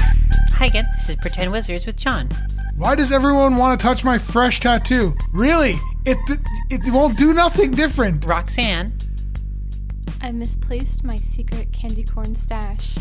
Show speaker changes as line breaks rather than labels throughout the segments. Hi again, this is Pretend Wizards with John.
Why does everyone want to touch my fresh tattoo? Really? It it won't do nothing different.
Roxanne,
I misplaced my secret candy corn stash.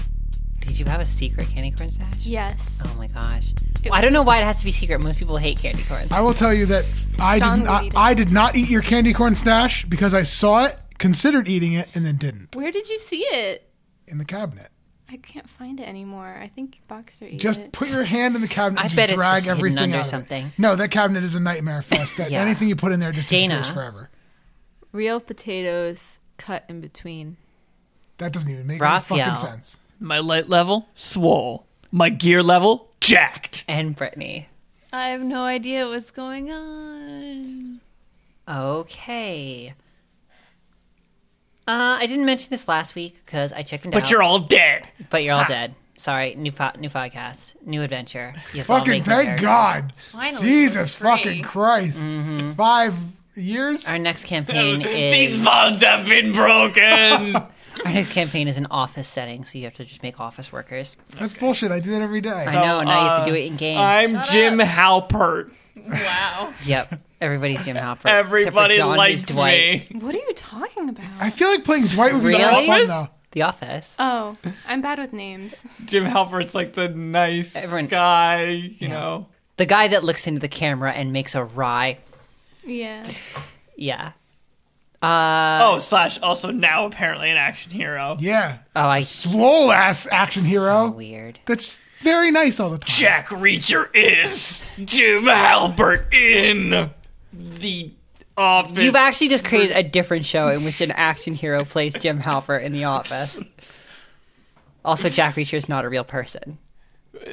did you have a secret candy corn stash?
Yes.
Oh my gosh. I don't know why it has to be secret. Most people hate candy corns.
I will tell you that I
John
did
will
I,
eat it.
I did not eat your candy corn stash because I saw it, considered eating it, and then didn't
Where did you see it?
in the cabinet.
I can't find it anymore. I think Boxer ate
Just
it.
put your hand in the cabinet.
I
and just
bet it's
drag
just hidden
everything
under
out of it.
something.
No, that cabinet is a nightmare fest. That
Yeah.
anything you put in there just
Dana.
disappears forever.
Real potatoes cut in between.
That doesn't even make any
Raphael.
fucking sense.
My light level, swole. My gear level, jacked.
and Brittany.
I have no idea what's going on.
Okay. Uh, I didn't mention this last week because I checked into
But you're all dead.
but you're all dead. Sorry, new po- new podcast, new adventure. You have to all
Fucking
make
thank
comparisons.
God.
Finally,
Jesus
it's free.
fucking Christ.
Mm-hmm.
Five years?
Our next campaign
These
is
bonds have been broken.
our next campaign is an office setting, so you have to just make office workers.
That's bullshit. I do that every day.
I know. Now you have to do it in game.
I'm Jim Halpert.
Wow.
Yep. Everybody's Jim Hopper.
Everybody
Except for John who's
likes
Dwight.
me.
What are you talking about?
I feel like playing Dwight would be a lot of fun
Really?
though.
The Office.
Oh, I'm bad with names.
Jim Halpert's like the nice
Everyone-
guy, you know.
The guy that looks into the camera and makes a wry.
Yeah.
Yeah. Uh,
oh, slash also now apparently an action hero.
Yeah.
Oh, I.
Swole ass action
So
hero.
weird.
That's very nice all the time.
Jack Reacher is Jim Halpert in the office.
You've actually just created a different show in which an action hero plays Jim Halpert in The Office. Also, Jack Reacher is not a real person,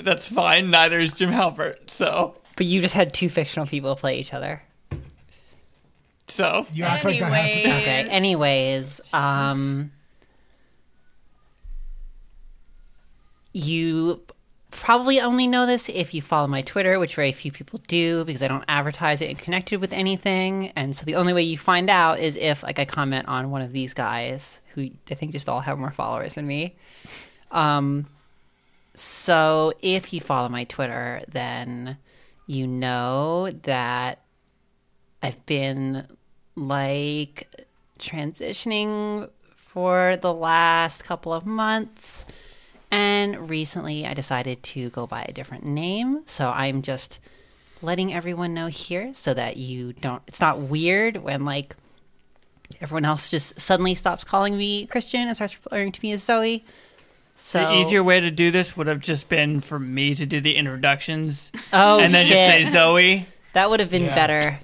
That's fine. Neither is Jim Halpert. So,
but you just had two fictional people play each other.
so
You act like that hasn't
Anyway.
happened.
Okay. Anyways, um, you probably only know this if you follow my Twitter, which very few people do because I don't advertise it and connect it with anything. And so the only way you find out is if like I comment on one of these guys who I think just all have more followers than me. Um, so if you follow my Twitter, then you know that I've been like transitioning for the last couple of months. And recently I decided to go by a different name. So I'm just letting everyone know here so that you don't, it's not weird when like everyone else just suddenly stops calling me Christian and starts referring to me as Zoe. So
the easier way to do this would have just been for me to do the introductions
Oh,
and then
shit.
just say Zoe.
That would have been better,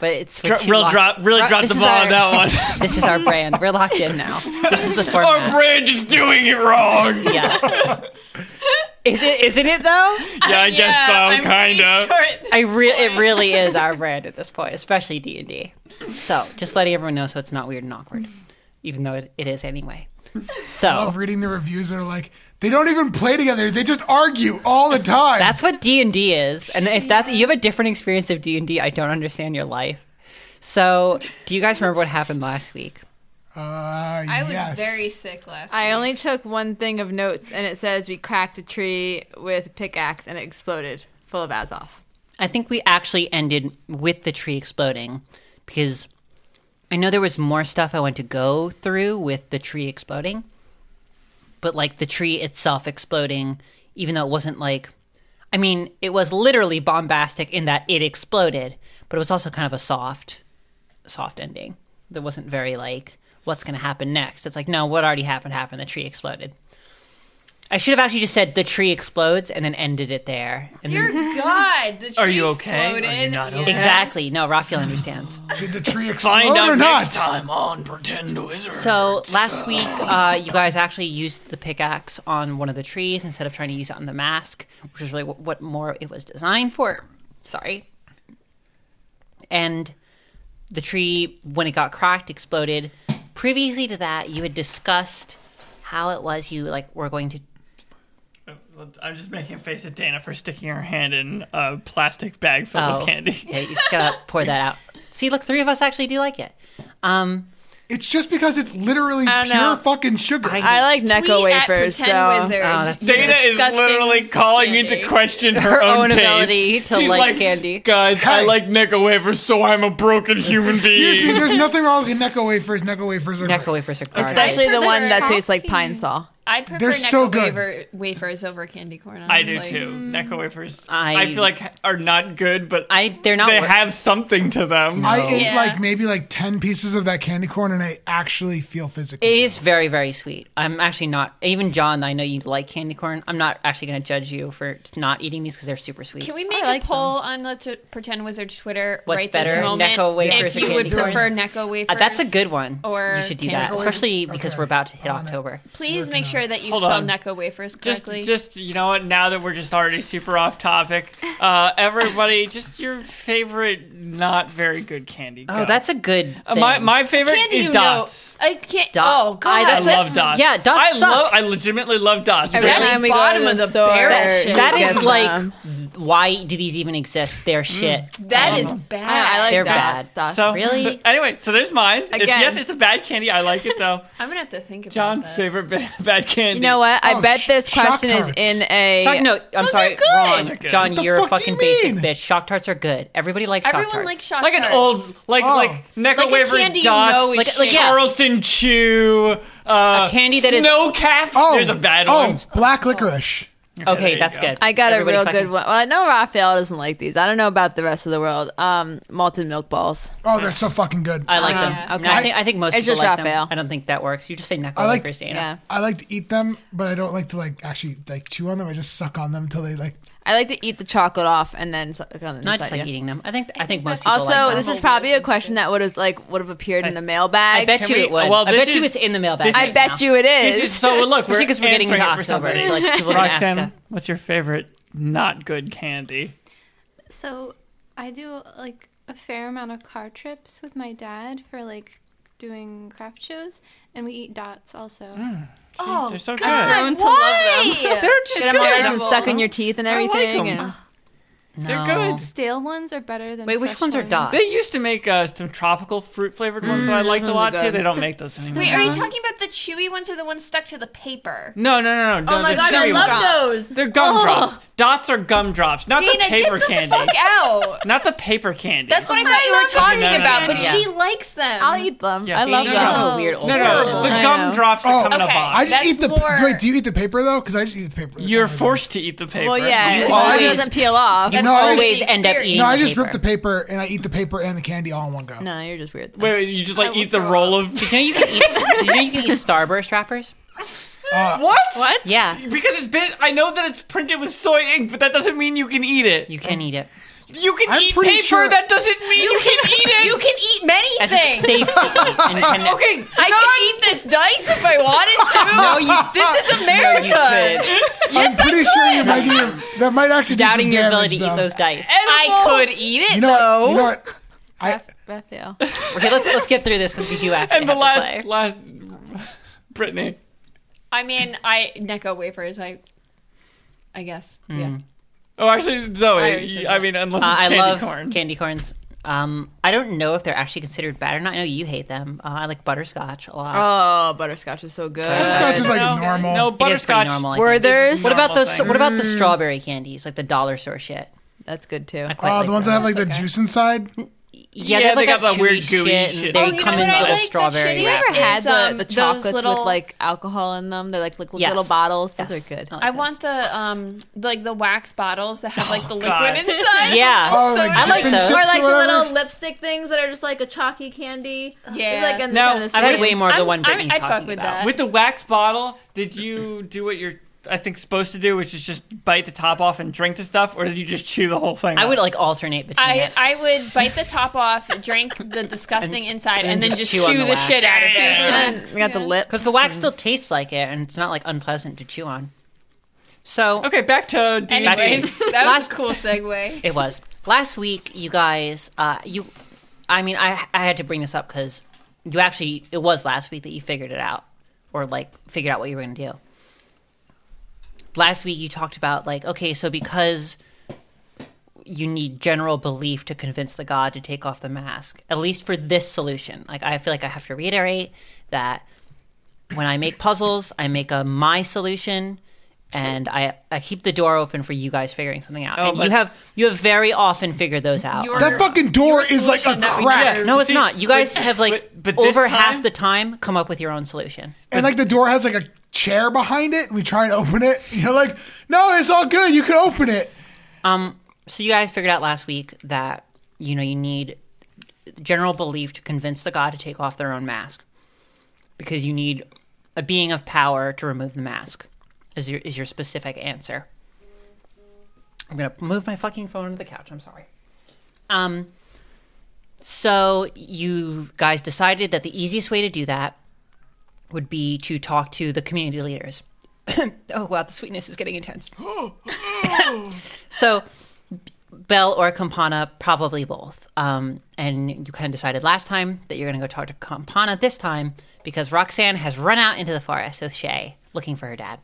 but it's for
Dro-
too
real
long-
drop, really
Right,
drop
this
the
is
ball on
our-
that one.
This is our brand. We're locked in now. This is the format.
Our brand is doing it wrong. Yeah,
yeah. Is it? Isn't it though?
I guess so, kind of.
I re- it really is our brand at this point, especially D and D. So just letting everyone know, so it's not weird and awkward, even though it, it is anyway.
I
So
love reading the reviews that are like, they don't even play together. They just argue all the time.
that's what D and D is, and if that you have a different experience of D and D, I don't understand your life. So do you guys remember what happened last week?
uh,
I was
yes.
very sick last
I only took one thing of notes, and it says we cracked a tree with a pickaxe and it exploded, full of Azoth.
I think we actually ended with the tree exploding because I know there was more stuff I went to go through with the tree exploding, but like the tree itself exploding, even though it wasn't like, I mean, it was literally bombastic in that it exploded, but it was also kind of a soft, soft ending that wasn't very like, what's going to happen next? It's like, no, what already happened happened. The tree exploded. I should have actually just said the tree explodes and then ended it there. And then-
Dear God, the tree
Are you okay? Are you
exploded.
not
Yeah.
okay?
Exactly. No, Raphael understands.
Did the tree explode
Find
or
out next
not?
time on Pretend Wizard.
So last week, uh, you guys actually used the pickaxe on one of the trees instead of trying to use it on the mask, which is really what, what more it was designed for. Sorry. And the tree, when it got cracked, exploded. Previously to that, you had discussed how it was you like were going to.
I'm just making a face at Dana for sticking her hand in a plastic bag filled
Oh,
with candy.
Okay, you just gotta pour that out. See, look, three of us actually do like it. Um,
It's just because it's literally
I
pure
don't know.
fucking sugar.
I like Necco
Tweet at
wafers.
Pretend
So
Wizards.
Oh, that's
You're
Dana is
disgusting
literally calling you
candy.
to question her,
Her own
own, taste.
ability to
She's
like candy.
Guys, I
Hey.
like nickel wafers, so I'm a broken human being.
Excuse me, there's nothing wrong with Necco wafers. Necco wafers are great.
Necco wafers are garbage.
especially the
They're
one that tastes like
shocking.
pine saw.
I prefer
They're
Necco
so good.
waver- wafers over candy corn.
I do
honestly.
too. Necco wafers,
mm, I-
I, feel like are not good, but
I they're not.
they
wor-
have something to them.
I ate
Yeah.
like maybe like ten pieces of that candy corn, and I actually feel physically.
It is very very sweet. I'm actually not. Even John, I know you like candy corn. I'm not actually going to judge you for not eating these because they're super sweet.
Can we make
like
a poll on the t- Pretend Wizards Twitter
What's
right
better,
this moment?
Necco wafers
if
or
you would
candy corn?
prefer Necco wafers,
Uh, that's a good one.
or
you should do
candy
that,
corn.
especially because
Okay.
we're about to hit
I'm on it.
October.
Please make sure that you
Hold
spell
on.
Necco wafers
just,
correctly.
just you know what? Now that we're just already super off topic, uh, everybody, just your favorite, not very good candy.
Oh,
go.
that's a good.
Uh, my
thing.
my favorite
candy,
is
you
dots.
know. I can't.
Dot-
Oh God,
I-
I
that's-
love dots.
yeah, dots
I
suck.
love. I legitimately love dots.
Every
They're-
That's
time we
bottom
go to
of
the,
the
store,
barrel
we
shit. Mm.
that
get
is
them.
like why do these even exist? They're shit.
That is bad.
I, I like
They're
dots,
bad.
dots.
so
Really?
so- anyway, so there's mine. It's,
Again.
yes, it's a bad candy. I like it though.
I'm gonna have to think about
John,
this.
favorite ba- bad candy.
You know what? I
Oh,
bet
sh-
this
shock
question is
tarts.
in a.
Shock, no, I'm
Those
sorry,
are good.
wrong.
Those are good.
John,
What the
you're a
fuck do
fucking
you
basic
mean?
bitch. Shock tarts are good. Everybody likes shock
Everyone
tarts.
likes shock
like an
tarts.
old, like
Oh.
like Necco
Like a
wafers,
candy you
dots,
know is
like,
shit.
Charleston Chew, uh,
A candy that is-
snow cap.
Oh,
There's a bad
oh,
one.
black licorice.
there
Okay,
you
that's
go.
good.
I got
Everybody
a real
fucking-
good one. Well, I know Raphael doesn't like these. I don't know about the rest of the world. Um, malted milk balls.
Oh, they're so fucking good.
I like them.
Yeah.
No, I
Okay.
think I think most
It's
people
just
like
Raphael.
them. I don't think that works. You just say Necco
I like-
wafers, Dana.
Yeah.
I like to eat them, but I don't like to like actually like chew on them. I just suck on them until they like.
I like to eat the chocolate off and then suck on the
Not
inside,
just like
yeah.
eating them. I think I think most people
Also,
like them.
this is probably a question that would have like would have appeared in the mailbag.
I bet
Can
you
we-
it would.
well,
I
this
bet you
is-
it's in the mailbag.
this
I
right now.
bet you it is.
This is so look.
Especially because we're getting into
answering it for
October, so
somebody.
like people are gonna ask.
Roxanne,
us.
what's your favorite not good candy?
So I do like a fair amount of car trips with my dad for like doing craft shows, and we eat dots also.
Hmm.
Oh,
They're so
God,
good.
to love them.
They're just
Get them all nice and
good.
stuck in your teeth and
I like
everything.
'em.
and-
They're
No.
good.
Stale ones are better than.
Wait, which
fresh
ones are dots?
They used to make uh, some tropical fruit flavored ones that I liked a
those
lot
ones are
too.
good.
They don't make those anymore.
Wait, are you talking about the chewy ones or the ones stuck to the paper?
No, no, no, no.
Oh
no, the chewy ones.
those.
They're gumdrops. Dots are gumdrops, not
Dana,
the paper
get the
candy.
fuck out.
Not the paper candy.
That's what I
I
thought you were
love
talking
them.
about, but
Yeah.
she likes them.
I'll eat them.
Yeah.
I love
No,
You're just
them.
a
Oh.
weird old
no,
person.
no, the
I know.
gumdrops that
Oh.
come in a
Okay.
box.
I just
That's
eat the.
more-
Wait, do you eat the paper though? Because I just eat the paper.
You're forced to eat the paper.
Well, yeah,
You
as long as it
always-
doesn't peel off.
You
No, I just-
always end up
No,
eating.
No, I just
paper.
rip the paper and I eat the paper and the candy all in one go.
no, you're just weird.
Wait, wait, you just like eat the roll of
Did you know you can eat? did you know you can eat Starburst wrappers?
Uh,
what?
What?
Yeah,
Because it's been. I know that it's printed with soy ink, but that doesn't mean you can eat it.
you can eat it.
You can
I'm
eat
pretty
paper.
sure-
That doesn't mean you, can, eat it.
You can eat many
As it's
things.
safe to eat. And can,
Okay,
I could eat this dice if I
No,
wanted to.
you.
this is
No,
America.
you could.
I'm pretty sure you might eat. That might actually do some
Doubting your ability to
damage,
eat
though.
those dice.
I could eat it
You know what?
though.
You know what? I, uh,
Raphael.
Okay, let's let's get through this because we do actually
and the
have to play.
last last Brittany.
I mean, I Necco wafers. I, I guess. Yeah.
Oh, actually, Zoe.
I already said
you-
that.
I mean, unless
Uh,
it's
I
candy
love
corn.
candy corns. Um, I don't know if they're actually considered bad or not. I know you hate them. Uh, I like butterscotch a lot.
Oh, butterscotch is so good.
Butterscotch is like
no,
normal.
No
It is pretty
butterscotch.
normal. I think.
Werther's.
What about those?
thing.
What about the strawberry candies, like the dollar store shit?
That's good too.
I quite
oh,
like
the ones that
those.
have like the juice inside.
yeah,
Yeah,
they,
they
have,
got
like,
that weird
chewy
gooey
shit, and
shit.
they
Oh,
you
come
know
in
what I
little
like? That
strawberry
shitty
wrap.
wrapper.
Ever had
Is,
the,
um,
the
those
chocolates with
little-
like alcohol in them? They're like little,
Yes.
little bottles. Those
Yes.
are good.
like
I
those.
want the um like the wax bottles that have like the liquid
God.
inside.
Yeah.
Oh,
So
like
I like
dipping
those.
sips
Or
or whatever.
lipstick things that are just like a chalky candy.
Yeah.
Like in the-
Now,
kind of the
I've had
same-
way more of the
I'm-
one
I'm-
Brittany's
I'd fuck
talking
with
about.
that.
With the wax bottle, did you do what you're, I think, supposed to do, which is just bite the top off and drink the stuff, or did you just chew the whole thing?
I
up?
would like alternate between.
I,
it.
I would bite the top off, drink the disgusting inside, and, then just chew,
on
the,
the wax.
shit out of it.
And I got the lips.
Because the wax still tastes like it, and it's not like unpleasant to chew on. So
Okay, back to D.
Back to
Wade.
Anyways,
that
was
was
a
a cool segue.
it was last week. You guys, uh, you, I mean, I I had to bring this up because you actually it was last week that you figured it out or like figured out what you were going to do. Last week you talked about like okay, so because you need general belief to convince the god to take off the mask. At least for this solution, like I feel like I have to reiterate that when I make puzzles, I make a my solution, and I I keep the door open for you guys figuring something out. and you
but-
have you have very often figured those out.
Your-
That fucking door
Your
is like a
solution that we
crack.
never-
no, it's
See,
not. You guys
but-
have like
but- but this
over
time-
half the time come up with your own solution.
And like the door has like a chair behind it. We try and open it. You're like, no, it's all good. You can open it.
So you guys figured out last week that you know you need general belief to convince the god to take off their own mask because you need a being of power to remove the mask. Is your is your specific answer? I'm gonna move my fucking phone to the couch. I'm sorry. Um. So you guys decided that the easiest way to do that would be to talk to the community leaders. oh wow, the sweetness is getting intense. so Bell or Campana, probably both. Um, and you kind of decided last time that you're going to go talk to Campana this time because Roxanne has run out into the forest with Shay looking for her dad.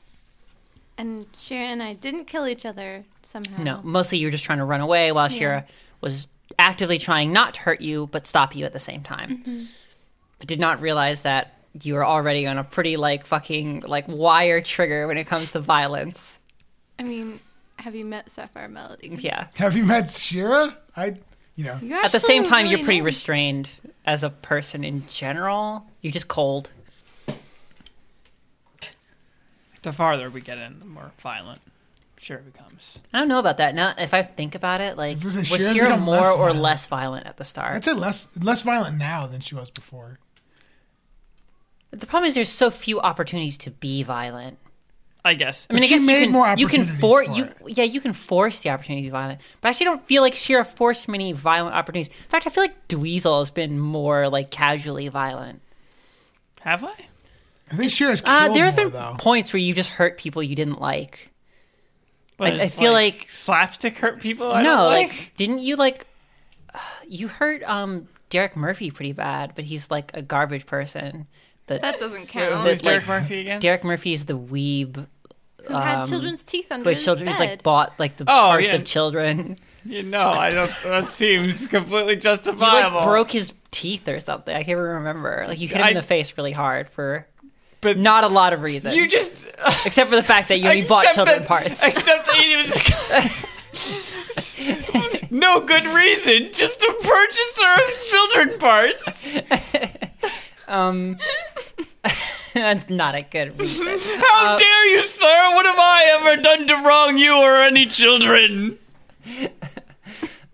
And Shira and I didn't kill each other somehow.
No, mostly you were just trying to run away while Shira was actively trying not to hurt you but stop you at the same time.
Mm-hmm.
But did not realize that you were already on a pretty like fucking like wire trigger when it comes to violence.
I mean, have you met Sapphire Melody?
Yeah.
Have you met Shira? I, you know,
You
At the same
actually
time,
really
you're pretty
nice.
restrained as a person in general. You're just cold.
The farther we get in, the more violent sure it becomes.
I don't know about that. Now, if I think about it, like was
was gonna say,
Shira,
Shira's become
more
less
or
violent.
less violent at the start?
I'd say less less violent now than she was before.
the problem is there's so few opportunities to be violent.
I guess.
I mean,
But
I
she
guess
made
you can,
more
you can
opportunities
for,
for
you
it.
yeah you can force the opportunity to be violent, but I actually don't feel like Shira forced many violent opportunities. In fact, I feel like Dweezil has been more like casually violent.
Have I?
I think Shira's killed
Uh, there have
more,
been
though.
points where you just hurt people you didn't like.
But
I-
it's
I feel like-
slapstick hurt people. I
no,
don't like.
didn't you like you hurt um Derek Murphy pretty bad, but he's like a garbage person. That
That doesn't
Wait,
count.
who's
uh, like-
Derek Murphy again?
Derek Murphy is the weeb
Who had
um,
children's teeth under
who had
his
children who's
bed?
like bought like the
Oh,
parts
yeah.
of children.
You know, I don't. That seems completely
He like
justifiable.
broke his teeth or something. I can't even remember. Like you hit him
I-
in the face really hard for
But-
not a lot of reason.
You just
except for the fact that you only bought
Except
children
that-
parts.
Except that he was no good reason, just a purchaser of children parts.
um That's not a good reason.
How
Uh,
dare you, sir? What have I ever done to wrong you or any children?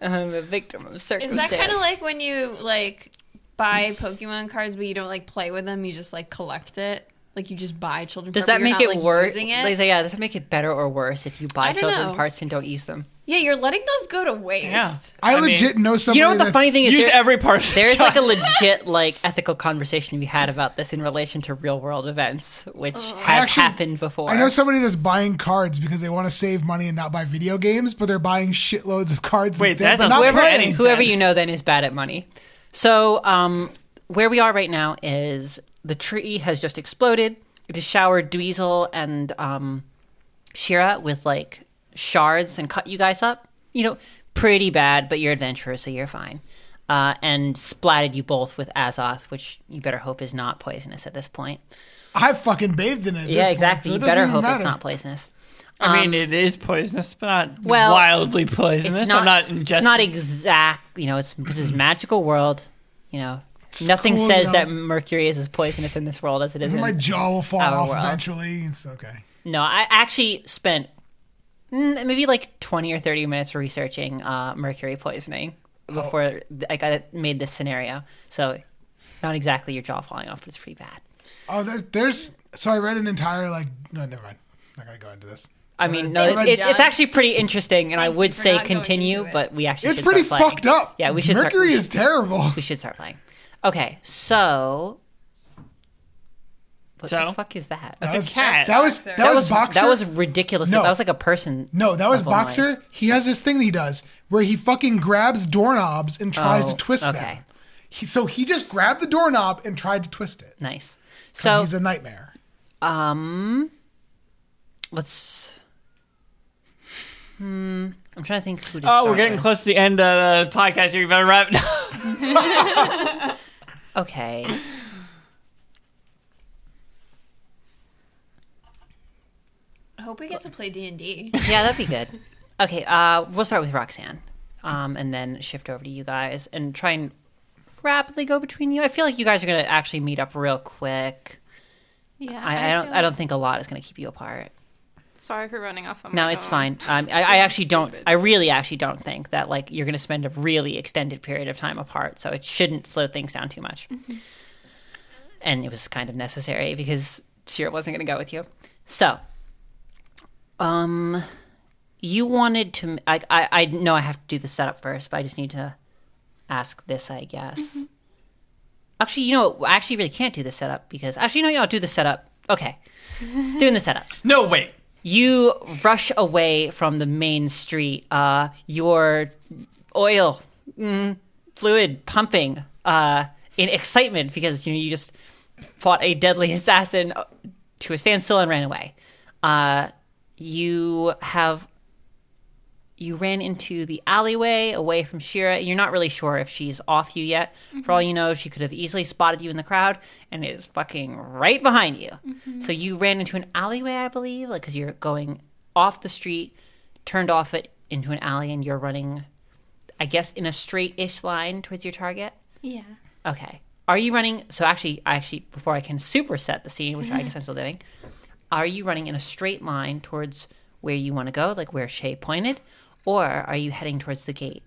I'm a victim of
Is
circumstance.
that kind of like when you like buy Pokemon cards, but you don't like play with them? You just like collect it. Like you just buy children.
does
cards,
that
but you're
make
not,
it
like,
worse?
using it?
They say, yeah, does that make it better or worse if you buy
I don't
children
know.
parts and don't use them?
yeah, you're letting those go to waste.
Yeah.
I,
I mean,
legit know somebody.
You know what the
that-
funny thing is?
Use
There-
every part. Of
There's like a legit like ethical conversation we had about this in relation to real world events, which has
Actually,
happened before.
I know somebody that's buying cards because they want to save money and not buy video games, but they're buying shitloads of cards
Wait,
instead.
that
but
doesn't
not
make
whoever
any
playing.
sense.
whoever you know then is bad at money. So um, where we are right now is the tree has just exploded. It has showered Dweezil and um, Shira with like shards and cut you guys up. You know, pretty bad, but you're adventurous, so you're fine. Uh, and splatted you both with Azoth, which you better hope is not poisonous at this point.
I fucking bathed in it. at this
Yeah,
point,
exactly.
so it
You
doesn't
better
even
hope it's
matter.
not poisonous.
I mean, it is poisonous, but not
um, Well,
wildly poisonous.
It's not,
I'm not
it's
ingesting.
not exact. You know, it's this is magical world. You know,
It's
nothing
cool,
says
you know.
that mercury is as poisonous in this world as it is.
My
In,
jaw will fall
Our
off
world.
eventually. It's okay.
no, I actually spent mm, maybe like twenty or thirty minutes researching uh, mercury poisoning before I got made this scenario. So, not exactly your jaw falling off, but it's pretty bad.
Oh, there, there's. So I read an entire like. No, never mind. I'm not gonna go into this.
I mean, no, it's,
Thank you,
it's, it's
John.
actually pretty interesting, and I
Thank you
would
for
say
not going
continue,
into it.
but we actually
It's
should
pretty
start playing.
fucked up.
Yeah, we should start-
Mercury
we
is terrible.
We should start playing. Okay, so. What
So?
the fuck is that?
That
Okay.
was,
cat.
That was
Boxer.
that, was, boxer.
That was ridiculous.
No.
That was like a person.
No, that was
level
Boxer.
noise.
He has this thing that he does where he fucking grabs doorknobs and tries
Oh,
to twist
okay.
them. He, so he just grabbed the doorknob and tried to twist it.
Nice.
'Cause
So
he's a nightmare.
um, let's. Hmm. I'm trying to think who to
Oh, we're
start
getting
with.
close to the end of the podcast. here. You better wrap it up.
Okay.
I hope we get to play D and D.
Yeah, that'd be good. Okay, uh, we'll start with Roxanne, um, and then shift over to you guys and try and rapidly go between you. I feel like you guys are gonna actually meet up real quick.
Yeah,
I, I don't.
feel
I don't think a lot is gonna keep you apart.
Sorry for running off on my
No, it's
own.
fine. Um, I, I actually don't. I really actually don't think that like you're gonna spend a really extended period of time apart, so it shouldn't slow things down too much. And it was kind of necessary because Shira wasn't gonna go with you. So, um, you wanted to. I I, I know I have to do the setup first, but I just need to ask this, I guess. Actually, you know, what? I actually really can't do the setup because actually, no, yeah, I'll do the setup. Okay, doing the setup
No, wait.
you rush away from the main street. Uh, your oil mm, fluid pumping uh, in excitement because you know you just fought a deadly assassin to a standstill and ran away. Uh, you have you ran into the alleyway away from Shira. You're not really sure if she's off you yet. For all you know, she could have easily spotted you in the crowd and is fucking right behind you. So you ran into an alleyway, I believe, like because you're going off the street, turned off it into an alley, and you're running, I guess, in a straight-ish line towards your target.
Yeah.
Okay. Are you running? So actually, actually, before I can superset the scene, which I guess I'm still doing, are you running in a straight line towards where you want to go, like where Shay pointed, or are you heading towards the gate?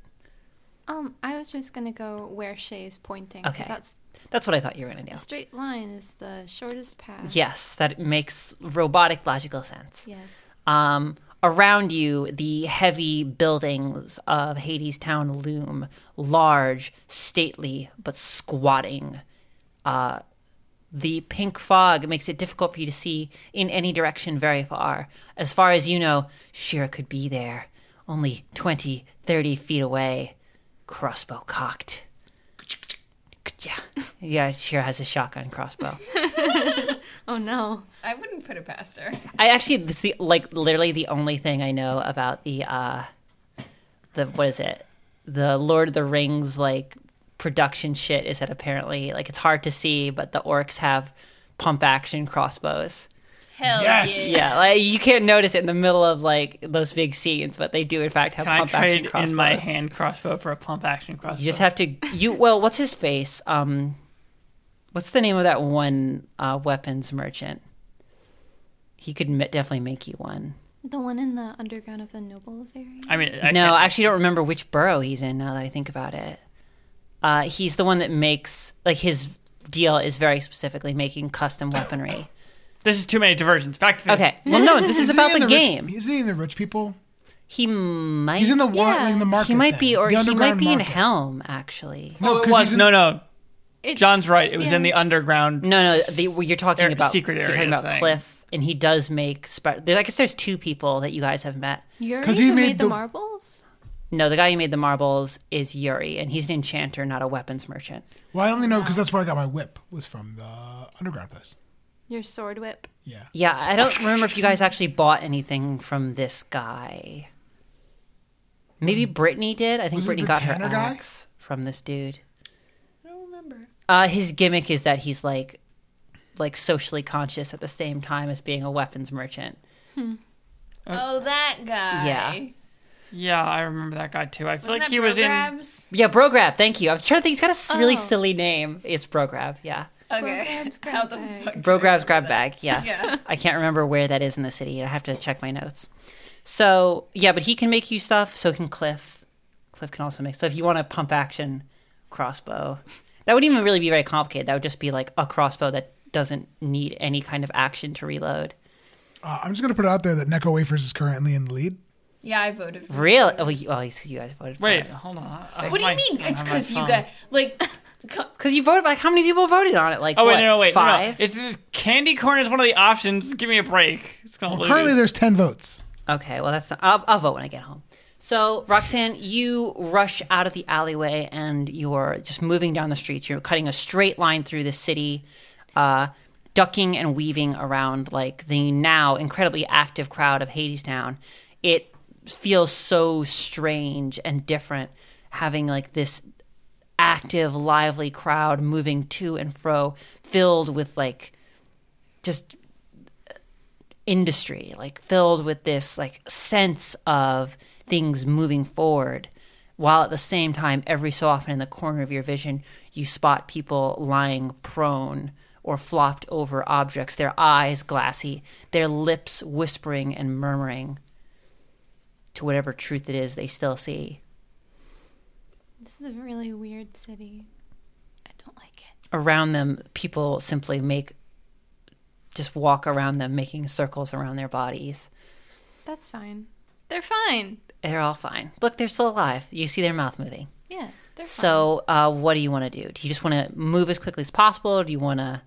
Um, I was just gonna go where Shay is pointing. 'cause
Okay.
That's
That's what I thought you were going to do.
straight line is the shortest path.
Yes, that makes robotic logical sense.
Yes.
Um, around you, the heavy buildings of Hades Town loom large, stately, but squatting. Uh, the pink fog makes it difficult for you to see in any direction very far. As far as you know, Shira could be there, only 20, 30 feet away, crossbow cocked. Yeah, yeah, Shira has a shotgun crossbow.
Oh no.
I wouldn't put it past her.
I actually this is the, like literally the only thing I know about the uh the what is it? The Lord of the Rings like production shit is that apparently like it's hard to see but the orcs have pump action crossbows.
Hell
Yes.
yeah.
Yeah, like you can't notice it in the middle of like those big scenes, but they do in fact have
Can I
pump action
trade
crossbows.
in my hand crossbow for a pump action crossbow?
You just have to you well, what's his face? Um what's the name of that one uh weapons merchant? He could m- definitely make you one.
The one in the underground of the nobles area.
I mean, I
no,
can't-
I actually don't remember which borough he's in now that I think about it. Uh, he's the one that makes like his deal is very specifically making custom weaponry.
This is too many diversions. Back to the
Okay, well, no, this is
Isn't he
about
in
the,
rich-
game.
isn't he in the rich people?
he might.
He's in the wa-
Yeah.
like in the market.
He might be,
thing,
or
the
he might
underground
be in
market.
Helm. Actually,
No, it
'cause
was
he's in-
no, no.
It-
John's right. It was in
Yeah.
the underground.
no, no, the, well, you're talking
Area-
about
secret
You're
area
talking about
thing.
Cliff, and he does make. Spe- there, I guess there's two people that you guys have met.
Yuri
'Cause he
who
made
made,
the-
the marbles.
No, the guy who made the marbles is Yuri, and he's an enchanter, not a weapons merchant.
Well, I only know because that's where I got my whip was from the underground place.
Your sword whip.
Yeah.
Yeah, I don't remember if you guys actually bought anything from this guy. Maybe Brittany did. I think
Was it
Brittany
the
got her
Tanner guy?
axe from this dude.
I don't remember.
Uh, his gimmick is that he's like, like socially conscious at the same time as being a weapons merchant.
Oh, that guy.
Yeah.
Yeah, I remember that guy too. I feel
Wasn't
like
that
he was in.
Grabs?
Yeah, Brograb. Thank you. I'm trying to think. He's got a s- really
Oh.
silly name. It's Brograb. Yeah,
Okay.
Grabs,
How the
grab
fuck? did I
Brograb's
remember
grab
that?
bag. Yes.
Yeah.
I can't remember where that is in the city. I have to check my notes. So yeah, but he can make you stuff. So can Cliff. Cliff can also make. So if you want a pump action crossbow, that wouldn't even really be very complicated. That would just be like a crossbow that doesn't need any kind of action to reload.
Uh, I'm just gonna put it out there that Necco Wafers is currently in the lead.
Yeah, I voted. For
Really? Oh, you, well, you you guys voted.
Wait, hold on. I- I
What do you
might-
mean?
I have
It's
my
because you
phone.
got like. co-
Because you voted. Like, how many people voted on it? Like,
Oh wait,
what,
no, no, wait, no, no.
five.
It's, it's candy corn is one of the options. Give me a break. It's gonna
Well,
lose.
currently, there's ten votes.
Okay, well, that's not, I'll, I'll vote when I get home. So, Roxanne, you rush out of the alleyway and you're just moving down the streets. You're cutting a straight line through the city, uh, ducking and weaving around like the now incredibly active crowd of Hadestown. It feels so strange and different having like this active, lively crowd moving to and fro, filled with like just industry, like filled with this like sense of things moving forward. While at the same time, every so often in the corner of your vision, you spot people lying prone or flopped over objects, their eyes glassy, their lips whispering and murmuring to whatever truth it is they still see.
This is a really weird city. I don't like it.
around them people simply make just walk around them making circles around their bodies
That's fine. They're fine.
they're all fine look they're still alive you see their mouth moving
Yeah, they're
so uh, what do you want to do do you just want to move as quickly as possible do you want to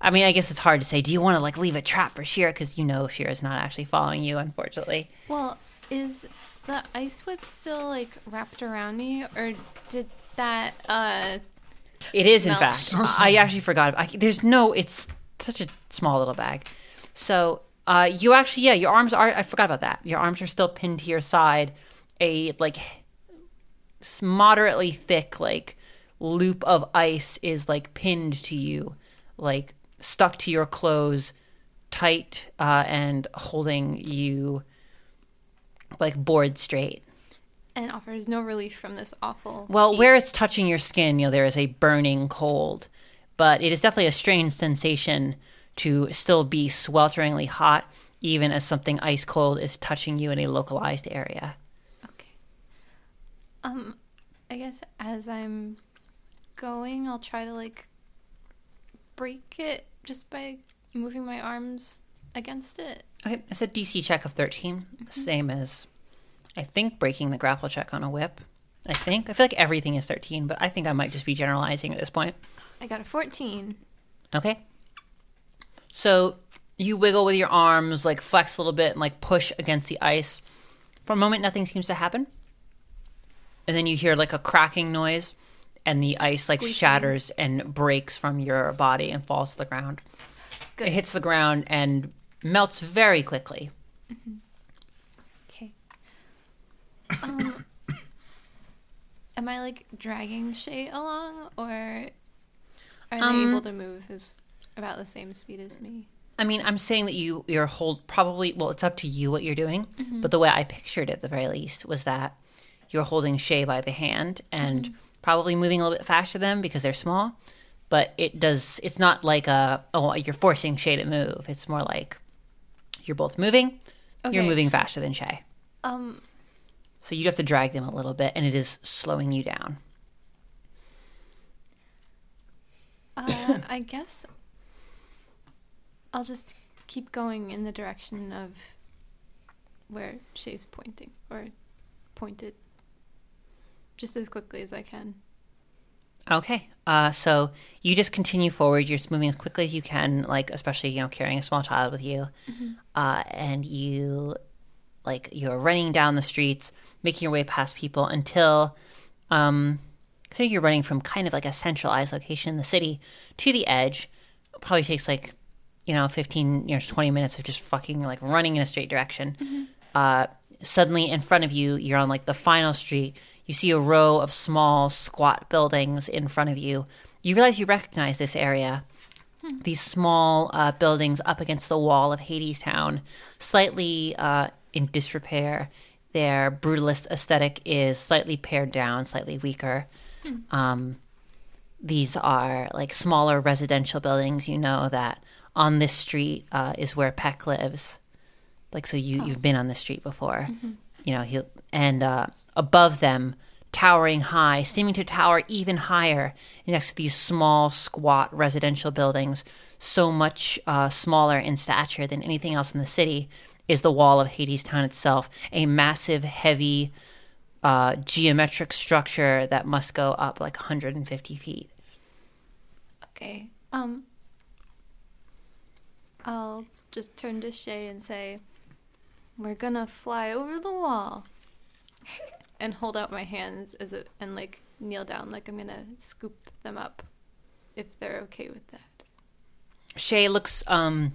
i mean i guess it's hard to say do you want to like leave a trap for shira because you know shira's not actually following you unfortunately
fine. Well, is the ice whip still like wrapped around me, or did that? uh
It is, in
Melt.
fact. I actually forgot. I, there's no. It's such a small little bag. So uh, you actually, yeah, your arms are. I forgot about that. Your arms are still pinned to your side. A like s- moderately thick like loop of ice is like pinned to you, like stuck to your clothes, tight uh, and holding you like board straight.
And offers no relief from this awful.
Well,
heat?
where it's touching your skin, you know, there is a burning cold, but it is definitely a strange sensation to still be swelteringly hot, even as something ice cold is touching you in a localized area.
Okay. Um, I guess as I'm going, I'll try to like break it just by moving my arms against it.
Okay, it's a DC check of 13, same as I think breaking the grapple check on a whip. I think. I feel like everything is 13, but I think I might just be generalizing at this point.
I got a 14.
Okay. So you wiggle with your arms, like flex a little bit, and like push against the ice. For a moment, nothing seems to happen. And then you hear like a cracking noise, and the ice like shatters and breaks from your body and falls to the ground. It hits the ground and melts very quickly.
Okay. Um, am I like dragging Shay along, or are they able to move as about the same speed as me?
I mean, I'm saying that you your hold probably well, it's up to you what you're doing.
Mm-hmm.
But the way I pictured it, at the very least, was that you're holding Shay by the hand and
Mm-hmm.
probably moving a little bit faster than them because they're small. But it does. It's not like a oh you're forcing Shay to move. It's more like you're both moving. You're
Okay.
moving faster than Shay,
Um,
so you'd have to drag them a little bit, and it is slowing you down.
uh, I guess I'll just keep going in the direction of where Shay's pointing or pointed just as quickly as I can.
Okay. Uh, so you just continue forward. You're just moving as quickly as you can, like especially you know carrying a small child with you, uh, and you like you're running down the streets, making your way past people until um, I think you're running from kind of like a centralized location in the city to the edge. Probably takes like you know 15 you know 20 minutes of just fucking like running in a straight direction. Uh, suddenly in front of you, you're on like the final street. You see a row of small squat buildings in front of you. You realize you recognize this area these small uh, buildings up against the wall of Hadestown, slightly uh, in disrepair. Their brutalist aesthetic is slightly pared down, slightly weaker. Um, these are like smaller residential buildings. You know that on this street uh, is where Peck lives. Like so, you you've been on this street before. You know he and uh, above them, towering high, seeming to tower even higher, next to these small squat residential buildings, so much uh, smaller in stature than anything else in the city, is the wall of Hadestown itself, a massive, heavy uh, geometric structure that must go up like 150 feet.
Okay. Um I'll just turn to Shay and say, "We're gonna fly over the wall," and hold out my hands as a, and like kneel down, like I'm gonna scoop them up, if they're okay with that.
Shay looks um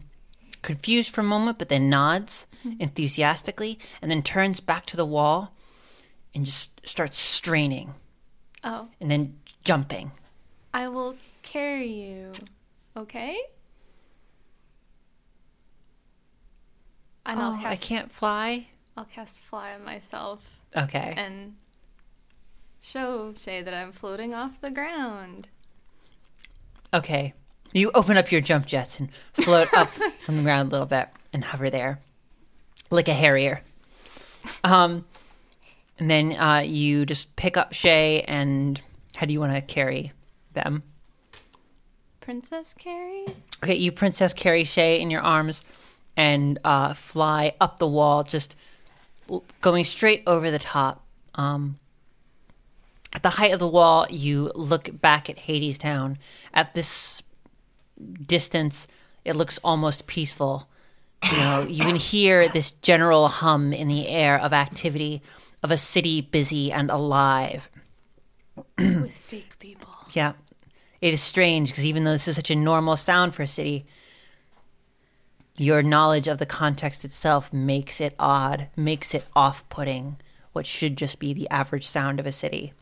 confused for a moment, but then nods enthusiastically and then turns back to the wall and just starts straining
Oh,
and then jumping.
I will carry you. Okay? And I'll
Oh,
cast,
I can't fly.
I'll cast fly on myself
Okay.
and show Shay that I'm floating off the ground.
Okay. You open up your jump jets and float up from the ground a little bit and hover there like a harrier. Um, and then uh, you just pick up Shay and how do you want to carry them?
Princess Carrie?
Okay, you princess carry Shay in your arms and uh, fly up the wall, just l- going straight over the top. Um, at the height of the wall, you look back at Hades Town. At this distance, it looks almost peaceful. You know, you can hear this general hum in the air of activity of a city busy and alive.
With fake people.
Yeah. It is strange because even though this is such a normal sound for a city, your knowledge of the context itself makes it odd, makes it off putting, what should just be the average sound of a city.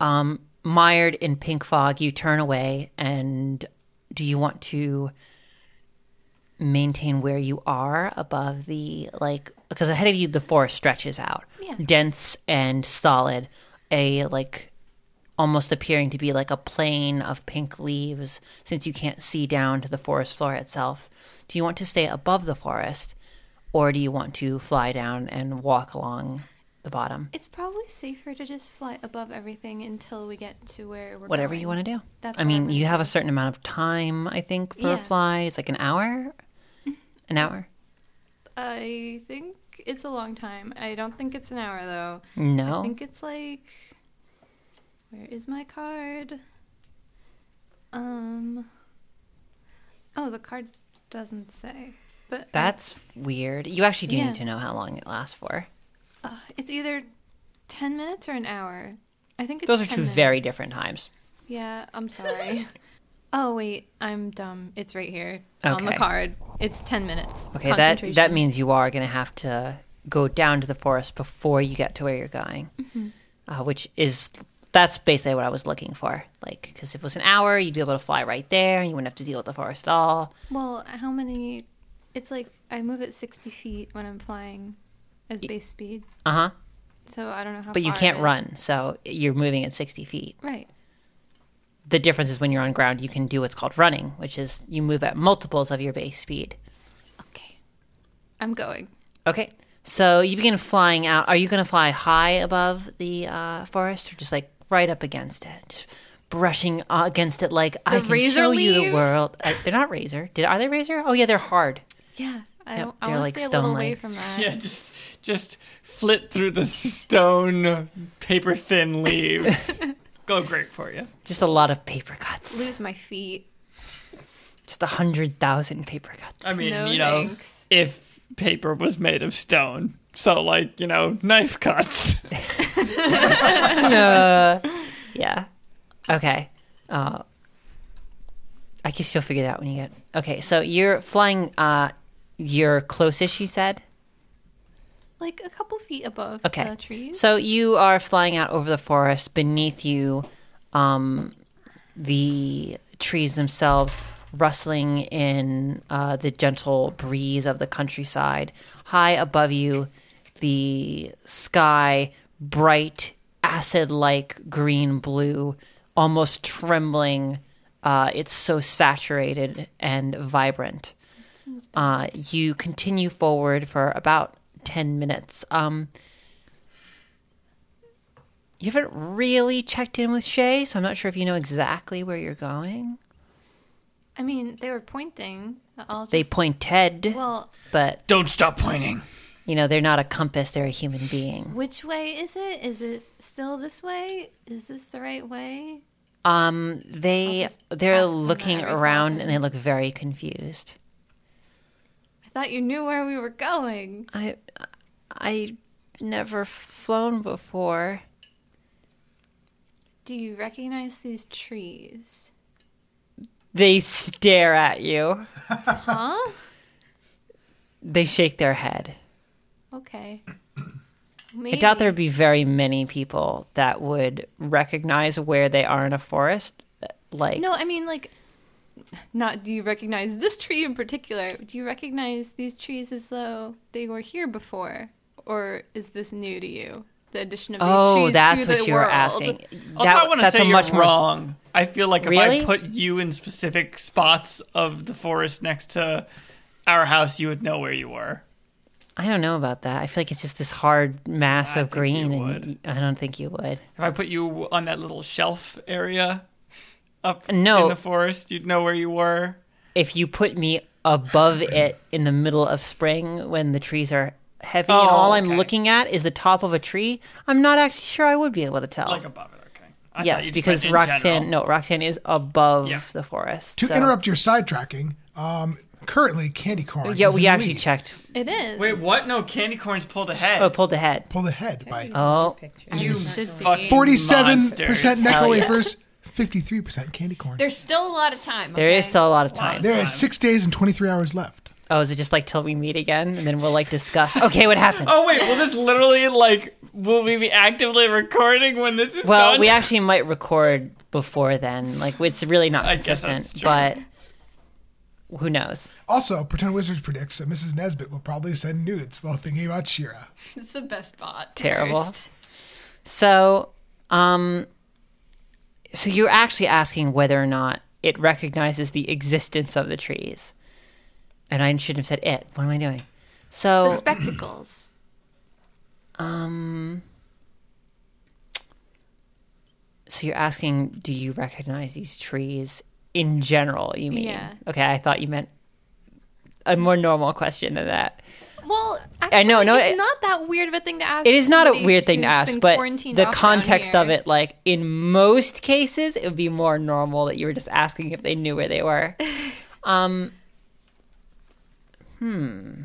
Um, mired in pink fog, you turn away and do you want to maintain where you are above the like because ahead of you the forest stretches out
Yeah.
dense and solid a like almost appearing to be like a plain of pink leaves since you can't see down to the forest floor itself. Do you want to stay above the forest or do you want to fly down and walk along the bottom?
It's probably safer to just fly above everything until we get to where we're
Whatever you want to do.
That's
I
what I'm
mean,
gonna
you have a certain amount of time, I think, for a
Yeah.
fly. It's like an hour? An hour?
I think it's a long time. I don't think it's an hour though. I
No.
think it's like where is my card? Um Oh, the card doesn't say. But I-
That's weird. You actually do
Yeah.
need to know how long it lasts for.
uh, it's either 10 minutes or an hour. I think it's
Those are
10
two very
minutes.
different times.
Yeah, I'm sorry. oh, wait, I'm dumb. It's right here on the
Okay.
card. It's 10 minutes.
Okay, that that
Concentration.
means you are going to have to go down to the forest before you get to where you're going, uh, which is that's basically what I was looking for. Like, because if it was an hour, you'd be able to fly right there, and you wouldn't have to deal with the forest at all.
Well, how many? It's like I move at 60 feet when I'm flying as base speed.
Uh huh.
So I don't know how
But you
far
can't
it is.
run, so you're moving at sixty feet.
Right.
The difference is when you're on ground, you can do what's called running, which is you move at multiples of your base speed.
Okay. I'm going.
Okay, so you begin flying out. Are you going to fly high above the uh, forest, or just like right up against it, just brushing uh, against it like I can
razor
show you the
leaves?
world? Uh, they're not razor. Did are they razor? Oh yeah, they're hard.
Yeah. I,
Yep,
don't I
they're
want
like
to stay a
stone
little away
like-
from that.
Yeah, just just flit through the stone paper thin leaves. Go great for you.
Just a lot of paper cuts.
Lose my feet.
Just a hundred thousand paper cuts.
I mean,
no
you know,
thanks.
if paper was made of stone. So like, you know, knife cuts.
Uh, yeah. Okay. Uh, I guess you'll figure that out when you get. Okay, so you're flying. Uh, you're closest. You said.
Like a couple feet above
Okay.
the trees.
So you are flying out over the forest. Beneath you, um, the trees themselves rustling in uh, the gentle breeze of the countryside. High above you, the sky bright, acid like green blue, almost trembling. Uh, it's so saturated and vibrant. Uh, you continue forward for about 10 minutes. Um, you haven't really checked in with Shay, so I'm not sure if you know exactly where you're going.
I mean, they were pointing. I'll just.
They pointed,
well,
but
Don't stop pointing.
you know they're not a compass; they're a human being.
which way is it? Is it still this way? Is this the right way?
Um, they
I'll just
they're
ask them that
looking
every so
around
often.
and they look very confused.
I thought you knew where we were going.
I I never flown before.
Do you recognize these trees?
They stare at you.
Huh?
They shake their head.
Okay.
I doubt there'd be very many people that would recognize where they are in a forest. Like,
No, I mean like not do you recognize this tree in particular? Do you recognize these trees as though they were here before or is this new to you? The addition of these
oh,
trees
that's
to
what
the
you
world.
were asking.
Also, I want to say you're
more-
wrong. I feel like if
Really?
I put you in specific spots of the forest next to our house, you would know where you were.
I don't know about that. I feel like it's just this hard mass
I
of
think
green,
you
and
would.
y- I don't think you would.
If I put you on that little shelf area up
Uh, No.
in the forest, you'd know where you were.
If you put me above it in the middle of spring when the trees are heavy, and
Oh,
all I'm
okay.
looking at is the top of a tree, I'm not actually sure I would be able to tell.
Like above it, okay. I thought
Oh. yes,
you just
because
meant in
Roxanne,
general.
no, Roxanne is above
Yeah.
the forest.
To
so-
interrupt your sidetracking, um, currently Candy Corn.
yeah,
is
we
in the
actually
lead.
checked.
It is.
Wait, what? No, candy corn's pulled ahead.
Oh, pulled ahead.
Pulled ahead by
Oh,
you
Should be.
fucking
forty-seven percent
monsters.
Necco
Hell yeah.
wafers, fifty-three percent Candy Corn.
There's still a lot of time.
there is still a lot of time.
There is six days and twenty-three hours left.
Oh, is it just like till we meet again and then we'll like discuss? Okay, what happened?
Oh wait, will this literally like will we be actively recording when this is
well,
done?
we actually might record before then. Like it's really not
I guess that's
consistent, but who knows?
Also, Pretend Wizards predicts that Mrs. Nesbit will probably send nudes while thinking about Shira.
It's the best bot.
Terrible. So, um, so you're actually asking whether or not it recognizes the existence of the trees, and I shouldn't have said it. What am I doing? So
The spectacles.
So you're asking, do you recognize these trees in general? You mean?
Yeah.
Okay, I thought you meant a more normal question than that.
Well, actually,
know, no,
it's
it-
not that weird of a thing to ask.
It is not a
somebody
weird thing to
who's
ask,
been
but
quarantined
the
off down
context of
here.
it, like in most cases, it would be more normal that you were just asking if they knew where they were. um. Hmm.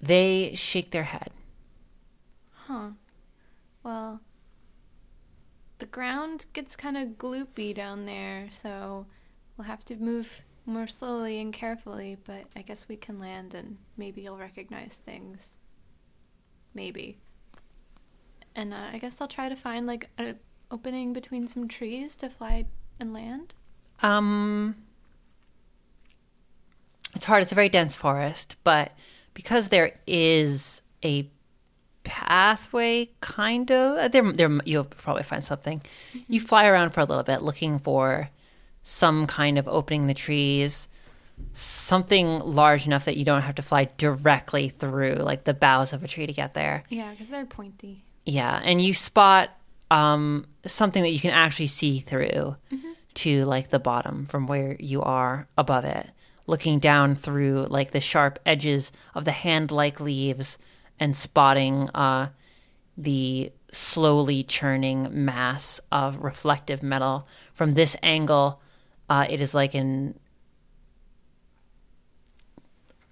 They shake their head.
Huh. Well, the ground gets kind of gloopy down there, so we'll have to move more slowly and carefully, but I guess we can land and maybe you'll recognize things. Maybe. And uh, I guess I'll try to find like an opening between some trees to fly and land.
Um, it's hard. It's a very dense forest, but because there is a pathway, kind of uh, there, there you'll probably find something. You fly around for a little bit, looking for some kind of opening in the trees, something large enough that you don't have to fly directly through, like the boughs of a tree, to get there.
Yeah, because they're pointy.
Yeah, and you spot um, something that you can actually see through to like the bottom from where you are above it, looking down through like the sharp edges of the hand-like leaves and spotting uh, the slowly churning mass of reflective metal from this angle. Uh, it is like an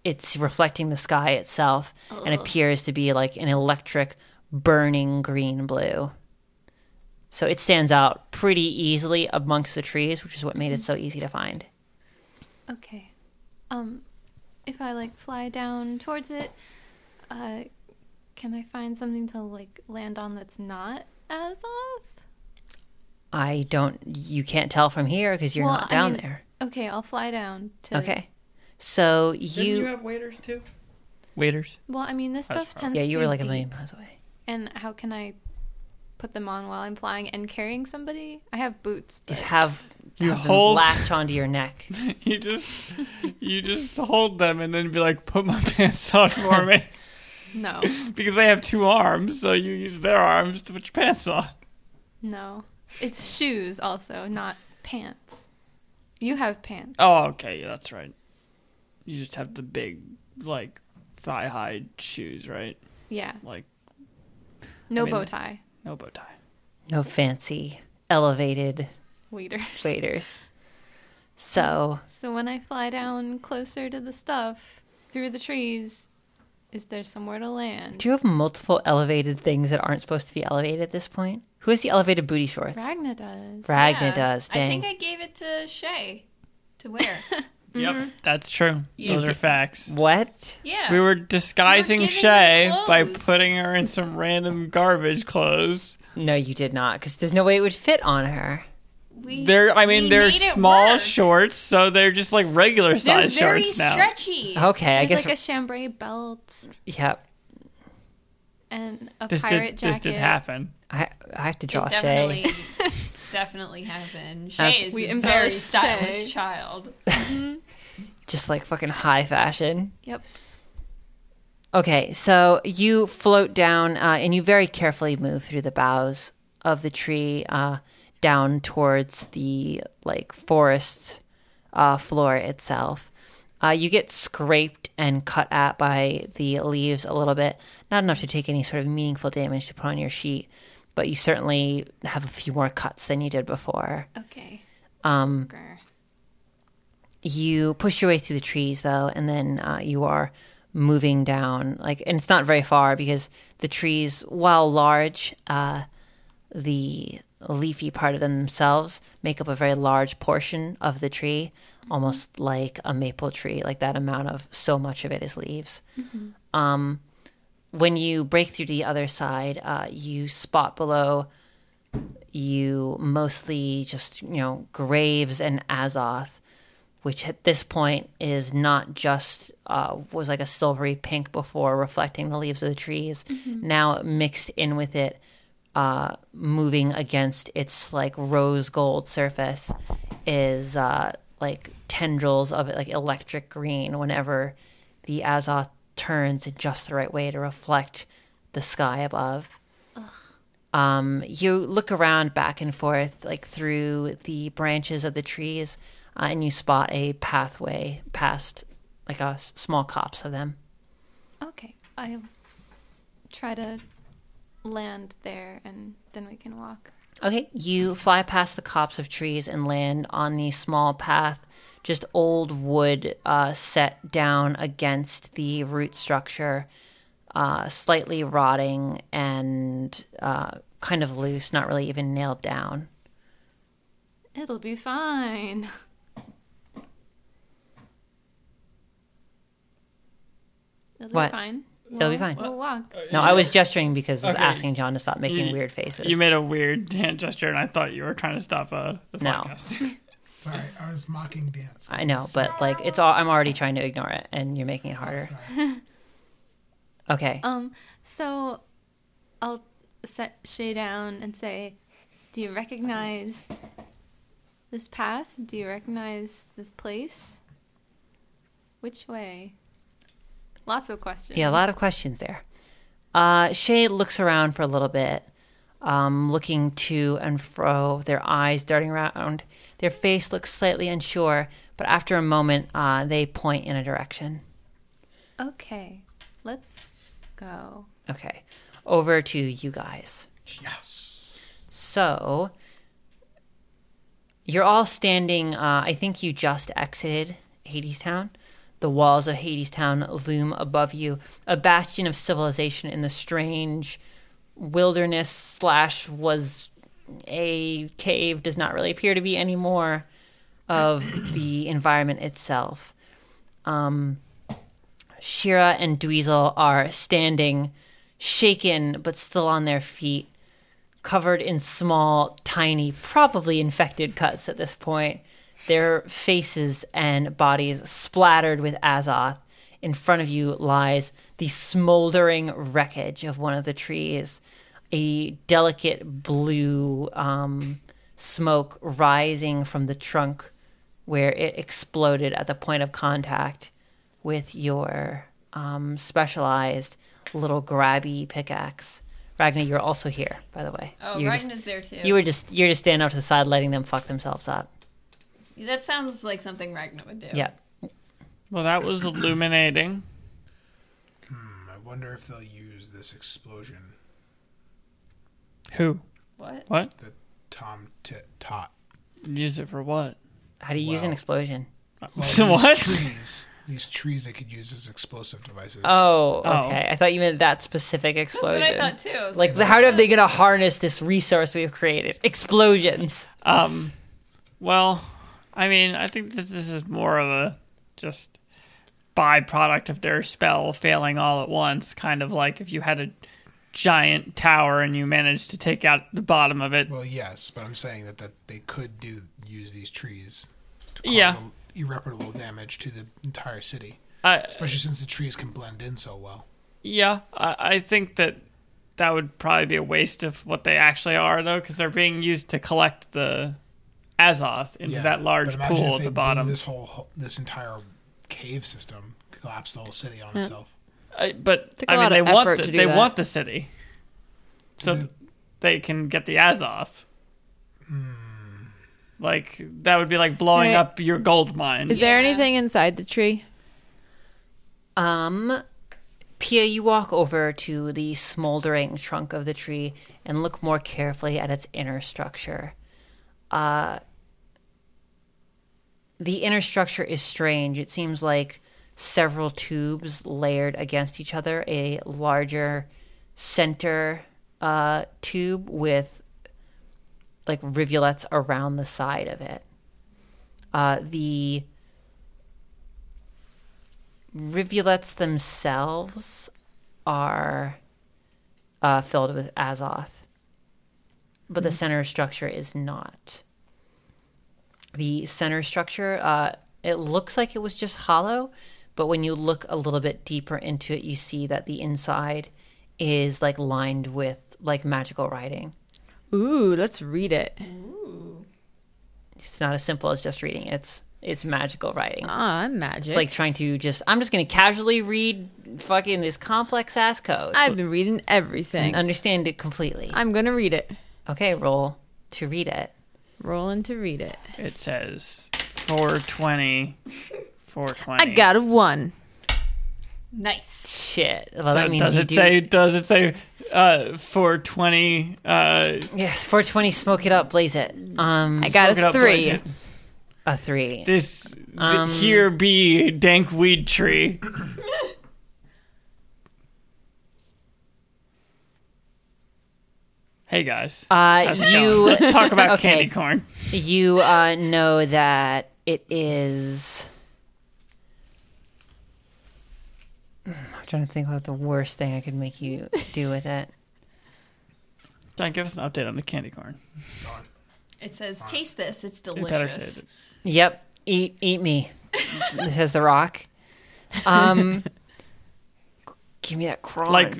it's reflecting the sky itself and appears to be like an electric burning green blue. So it stands out pretty easily amongst the trees, which is what made it so easy to find.
Okay. Um, if I like fly down towards it, uh, can I find something to like land on that's not Azoth?
I don't you can't tell from here because you're
Well,
not
I
down
mean,
there.
Okay, I'll fly down to.
Okay. So
Didn't you
you
have waiters too? Waiters.
Well, I mean, this
That's
stuff
fine.
tends
Yeah,
to
you
be
were like a
deep,
million miles away.
And how can I put them on while I'm flying and carrying somebody? I have boots.
Just
but-
have you have them
hold-
latch onto your neck.
You just you just hold them and then be like, put my pants on for me.
No,
because they have two arms, so you use their arms to put your pants on.
no. It's shoes also, not pants. You have pants.
Oh, okay, yeah, that's right. You just have the big, like, thigh high shoes, right?
Yeah,
Like,
no
I mean-
bow tie.
no bow tie.
No fancy elevated
Waiter.
waiters. So
So when I fly down closer to the stuff through the trees, is there somewhere to land?
do you have multiple elevated things that aren't supposed to be elevated at this point? Who has the elevated booty shorts?
Ragna does.
Ragna
Yeah.
does. Dang.
I think I gave it to Shay to wear. Mm-hmm.
Yep, that's true.
You
Those are
did-
facts.
what?
yeah.
We were disguising
You were giving
Shay
her
by
clothes.
putting her in some random garbage clothes.
No, you did not, because there's no way it would fit on her.
We-
They're, I mean,
we
they're
made it
small
work.
shorts, so they're just like regular
They're
size
very
shorts now.
stretchy.
Okay, I
There's
guess.
like a chambray belt
yeah,
and a
This
pirate
did,
jacket.
this did happen.
I, I have to
It
draw Shay.
definitely, definitely happened.
That's-
Shay is
We
a very
embellished
stylish
Shay.
child.
Just like fucking high fashion.
Yep.
Okay, so you float down uh, and you very carefully move through the boughs of the tree uh, down towards the like forest uh, floor itself. Uh, you get scraped and cut at by the leaves a little bit, not enough to take any sort of meaningful damage to put on your sheet, but you certainly have a few more cuts than you did before.
Okay.
Um,
Grr.
you push your way through the trees though and then uh, you are moving down like and it's not very far because the trees while large uh, the leafy part of them themselves make up a very large portion of the tree almost like a maple tree like that amount of so much of it is leaves um, when you break through to the other side uh, you spot below you mostly just you know graves and azoth which at this point is not just uh, was like a silvery pink before reflecting the leaves of the trees now mixed in with it uh, moving against its like rose gold surface is uh, like tendrils of it like electric green whenever the azoth turns in just the right way to reflect the sky above um, you look around back and forth, like through the branches of the trees, uh, and you spot a pathway past, like a s- small copse of them.
Okay. I'll try to land there and then we can walk.
Okay, you fly past the copse of trees and land on the small path, just old wood uh, set down against the root structure, uh, slightly rotting and uh, kind of loose, not really even nailed down.
It'll be fine. It'll
What?
be fine.
It'll be fine.
We'll walk.
No, I was gesturing because I was
Okay.
asking John to stop making
You-
weird faces.
You made a weird hand gesture, and I thought you were trying to stop uh, the
No.
podcast.
Sorry, I was mocking dance.
I know, but like it's all I'm already trying to ignore it and you're making it harder. Okay.
Um, so I'll set Shay down and say, Do you recognize this path? Do you recognize this place? Which way? Lots of questions.
Yeah, a lot of questions there. Uh Shay looks around for a little bit, um, looking to and fro, their eyes darting around. Their face looks slightly unsure, but after a moment, uh, they point in a direction.
Okay, let's go.
Okay. Over to you guys. Yes. So you're all standing. Uh, I think you just exited Hadestown. The walls of Hadestown loom above you, a bastion of civilization in the strange wilderness slash was a cave does not really appear to be anymore of the environment itself. Um, Shira and Dweezil are standing, shaken but still on their feet, covered in small, tiny, probably infected cuts at this point. Their faces and bodies splattered with azoth. In front of you lies the smoldering wreckage of one of the trees, a delicate blue um, smoke rising from the trunk where it exploded at the point of contact with your um, specialized little grabby pickaxe. Ragna, you're also here, by the way.
Oh,
you're
Ragna's there too.
Just, you were just you're just standing off to the side, letting them fuck themselves up.
That sounds like something Ragna would do.
Yep.
well, that was illuminating.
I wonder if they'll use this explosion
Who?
What?
What?
that Tom t- taught.
Use it for what?
How do you use an
Wow.
explosion?
What?
Trees. these trees they could use as explosive devices.
Oh,
Oh.
okay. I thought you meant that specific explosion.
That's what I thought too. I was
Like, how are they going to harness this resource we've created? Explosions.
Um, well, I mean, I think that this is more of a just byproduct of their spell failing all at once, kind of like if you had a giant tower and you managed to take out the bottom of it.
Well, yes, but I'm saying that, that they could do use these trees to cause
Yeah.
a- irreparable damage to the entire city,
I,
especially since the trees can blend in so well.
yeah, I, I think that that would probably be a waste of what they actually are, though, because they're being used to collect the Azoth into that large
but imagine
pool
if
at
they
the
blew
bottom.
This whole this entire cave system collapsed the whole city on itself.
I, but
Took a
I mean,
lot of
they want
effort
the,
to do
they
that.
want the city, so
Yeah.
th- they can get the Azoth.
Hmm.
Like that would be like blowing
Right.
up your gold mine.
Is there anything inside the tree?
Um, Pia, you walk over to the smoldering trunk of the tree and look more carefully at its inner structure. Uh, the inner structure is strange. It seems like several tubes layered against each other, a larger center uh, tube with like rivulets around the side of it. Uh, the rivulets themselves are uh, filled with azoth, but the center structure is not. The center structure, uh, it looks like it was just hollow, but when you look a little bit deeper into it, you see that the inside is like lined with like magical writing.
Ooh, let's read it.
It's not as simple as just reading. It's it's magical writing.
Ah, magic.
It's like trying to just. I'm just going to casually read fucking this complex ass code.
I've been reading everything.
and understand it completely.
I'm gonna read it.
Okay, roll to read it.
Rolling to read it.
It says 420, 420.
I got a one.
Nice.
Shit. Well,
So
that means
does
you
it
do.
say? Does it say? Uh, 420. Uh,
yes, 420. Smoke it up, blaze it. Um,
I got
look it
a
up,
three.
Blaze.
a three.
This th-
Um,
here be dank weed tree. hey guys.
Uh,
Go.
you
Let's talk about
Okay.
candy corn.
you uh, know that it is. Hmm, I'm trying to think about the worst thing I could make you do with it.
John, give us an update on the candy corn.
It says, taste this. It's
You better say
delicious.
it.
Yep. Eat eat me. This has the rock. Um, give me that crunch.
Like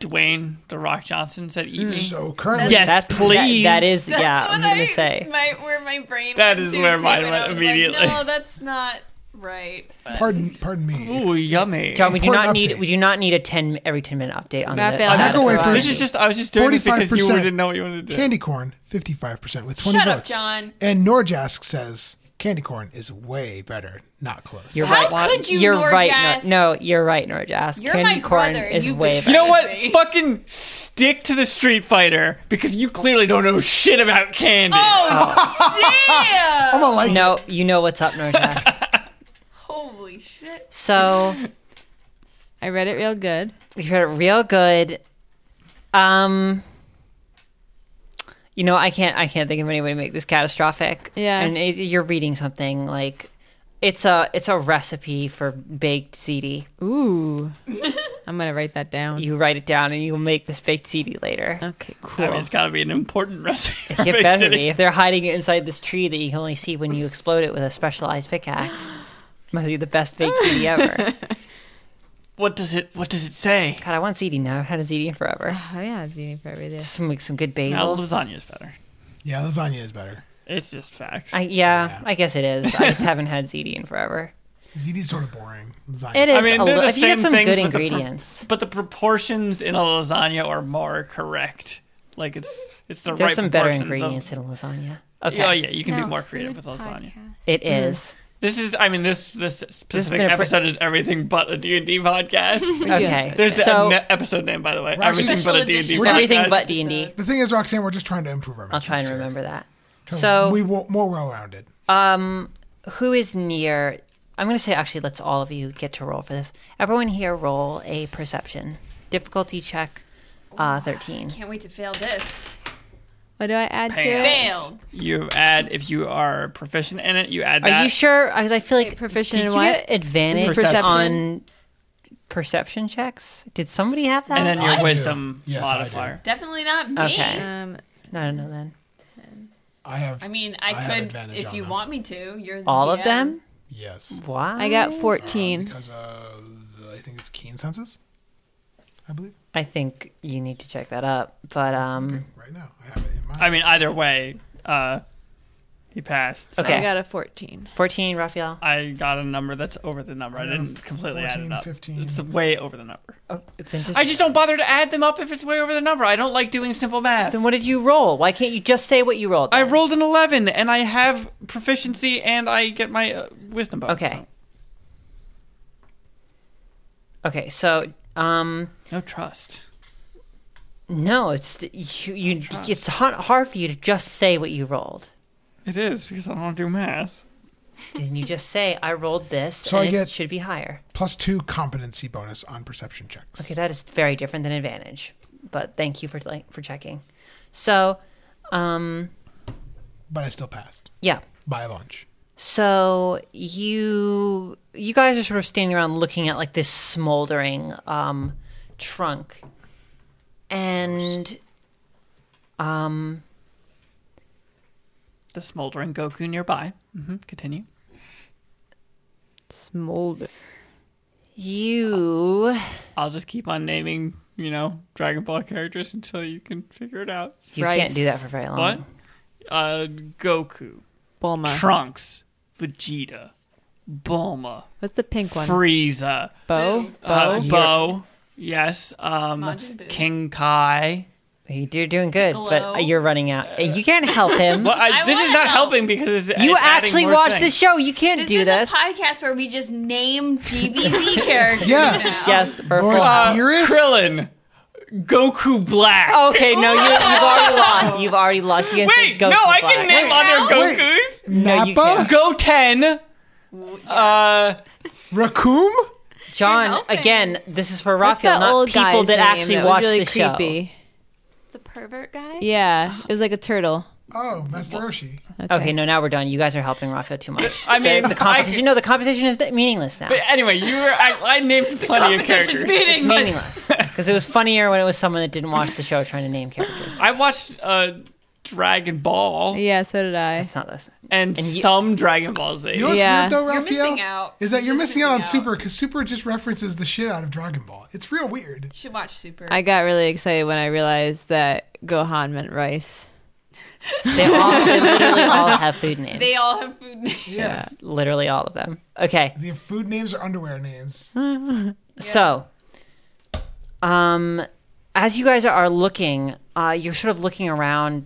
Dwayne the Rock Johnson said, "Eat me."
So currently,
Yes,
That's- that-
please.
that is
That's
yeah.
what
I'm gonna
I-
say.
My, where my brain
That
went
is
to,
where
too,
mine
and
went
I was
immediately.
Like, no, that's not right. But
pardon, pardon me.
Ooh, yummy.
John, we do
Important
not need
update.
we do not need a ten every ten minute update on
Raphael,
the
I'm
status
not going
of
for-
our-
this is just. I was just doing it because you
45%.
didn't know what you wanted to do.
Candy corn, fifty-five percent with twenty
shut up,
votes.
John.
And Norjask says candy corn is way better. Not close.
You're
How
right.
could you,
You're right.
Norjask?
No, no, you're right, Norjask.
You're
Candy
my
corn
brother,
is
you
way
bitch.
better.
You know what?
Right.
Fucking stick to the Street Fighter because you clearly don't know shit about candy.
Ah, oh
Damn!
I'm gonna like
No, you know what's up, Norjask.
Holy shit.
so
I read it real good.
you heard it real good. Um, you know, I can't. I can't think of any way to make this catastrophic.
Yeah.
and it, you're reading something like it's a it's a recipe for baked ziti.
Ooh. I'm gonna write that down.
Mm-hmm.
You write it down and you make this baked ziti later.
Okay, cool.
I mean, it's got to be an important recipe. for
It
Big
better
City.
be. If they're hiding it inside this tree that you can only see when you explode it with a specialized pickaxe, must be the best baked CD ever. God,
What does it? What does it say?
I want CD now. I've had a CD in forever.
oh yeah, it's eating for everything.
Just make some good
Now,
basil.
lasagna's better.
Yeah, lasagna is better.
It's just facts.
I, yeah, I guess it is. I just haven't had CD in forever.
ZD's sort of boring. Lasagna.
It is.
mean,
a
they're
li-
the
if you get
same
some
things
good
with the pr-
ingredients,
but the proportions in a lasagna are more correct. Like it's it's the
there's
right
some better
proportions of-
ingredients in a lasagna. Okay,
Oh yeah, you can
Now,
be more creative
food
with lasagna.
podcast.
it
Mm-hmm.
is.
This is, I mean, this this specific
been a pre-
episode is everything but a D and D podcast.
Okay,
There's an
so
episode name, by the way.
actually-
everything but a D and D
Special edition.
podcast.
everything but D and D.
The thing is, Roxanne, we're just trying to improve our.
I'll try and
metrics here.
remember that.
Trying to-
So
we want more well-rounded.
who is near I'm going to say actually, let's all of you get to roll for this. Everyone here roll a perception difficulty check,
Oh,
uh, thirteen.
Can't wait to fail this.
What do I add to
Pants.
it?
Failed.
You add if you are proficient in it. You add.
Are
that.
you sure? Because I feel like
Wait, proficient
did
in
you
what?
get advantage
Perception.
on perception checks? Did somebody have that?
And then your
I do.
wisdom
Yes, I do.
modifier.
Definitely not me.
Okay.
Um,
I don't know. Then
I have.
I mean, I,
have
could
advantage
if
on
you
that.
want me to. You're the
all
DM.
of them.
Yes.
Why?
I got 14.
Because uh, I think it's keen senses. I believe.
I think you need to check that up. But um,
Right now, I have it in mind.
I mean, either way, uh, he passed. so
Okay.
I got a 14.
fourteen, Raphael.
I got a number that's over the number. I,
got
didn't completely add it
14,
up.
15.
It's way over the number.
Oh, it's interesting.
I just don't bother to add them up if it's way over the number. I don't like doing simple math.
Then what did you roll? Why can't you just say what you rolled?
I
then?
rolled an 11 and I have proficiency and I get my uh, wisdom bonus.
Okay. Okay, so um,
so No trust.
no, it's the- you. you it's hard, hard for you to just say what you rolled.
It is because I don't do math.
Then you just say, "I rolled this,
So
and
I
it
get-
should be higher."
Plus two competency bonus on perception checks.
Okay, that is very different than advantage. But thank you for like, for checking. So, um,
But I still passed
yeah.
by a bunch.
So you you guys are sort of standing around looking at like this smoldering um, trunk, and um,
The smoldering Goku nearby. hmm Continue.
Smolder.
you
I'll just keep on naming, you know, Dragon Ball characters until you can figure it out.
you can't do that for very long.
What? Uh, Goku,
Bulma.
Trunks, Vegeta, Bulma,
What's the pink one?
Frieza,
Bo? Bo?
uh, Bo. Yes. Um,
Majin Buu.
King Kai.
You're doing good,
Glow.
but uh, you're running out. you can't help him.
Well, I,
I
this is
wanna
not
know.
helping because it's,
you
it's adding
actually
more
watch
things.
this show. You can't
This
do
is
this.
a podcast where we just name DBZ characters.
Yeah.
now.
yes, for
Lord
full-
Uh,
Beerus?
Krillin, Goku Black.
Okay, no, you, you've already lost. You've already lost. You can say
Wait,
Goku
no, I
Black.
can name other Gokus.
No, you
Nappa?
can't.
Goten. Uh,
Raccoon?
John,
helping.
again, this is for
What's
Raphael,
that
not
old
people
guy's
that
name
actually
that was
watch
really
the show.
creepy?
The pervert guy?
Yeah, it was like a turtle.
Oh, Master
Okay, no, now we're done. You guys are helping Raphael too much.
I mean,
the, the competition. no, the competition is meaningless now.
But anyway, you were. I, I named plenty of characters.
it's meaningless because it was funnier when it was someone that didn't watch the show trying to name characters.
I watched uh, Dragon Ball
Yeah, so did I.
It's not this.
and,
you-
some Dragon Ball Z.
You know what's
Yeah.
weird though,
You're
Raphael?
missing out.
Is that
You're
you're
just
missing out on
missing out.
Super because Super just references the shit out of Dragon Ball. It's real weird.
Should watch Super.
I got really excited when I realized that Gohan meant rice.
They all, they literally all have food names.
they all have food names.
literally all of them. Okay,
The food names are underwear names.
Hmm. So, um, as you guys are looking, uh, you're sort of looking around,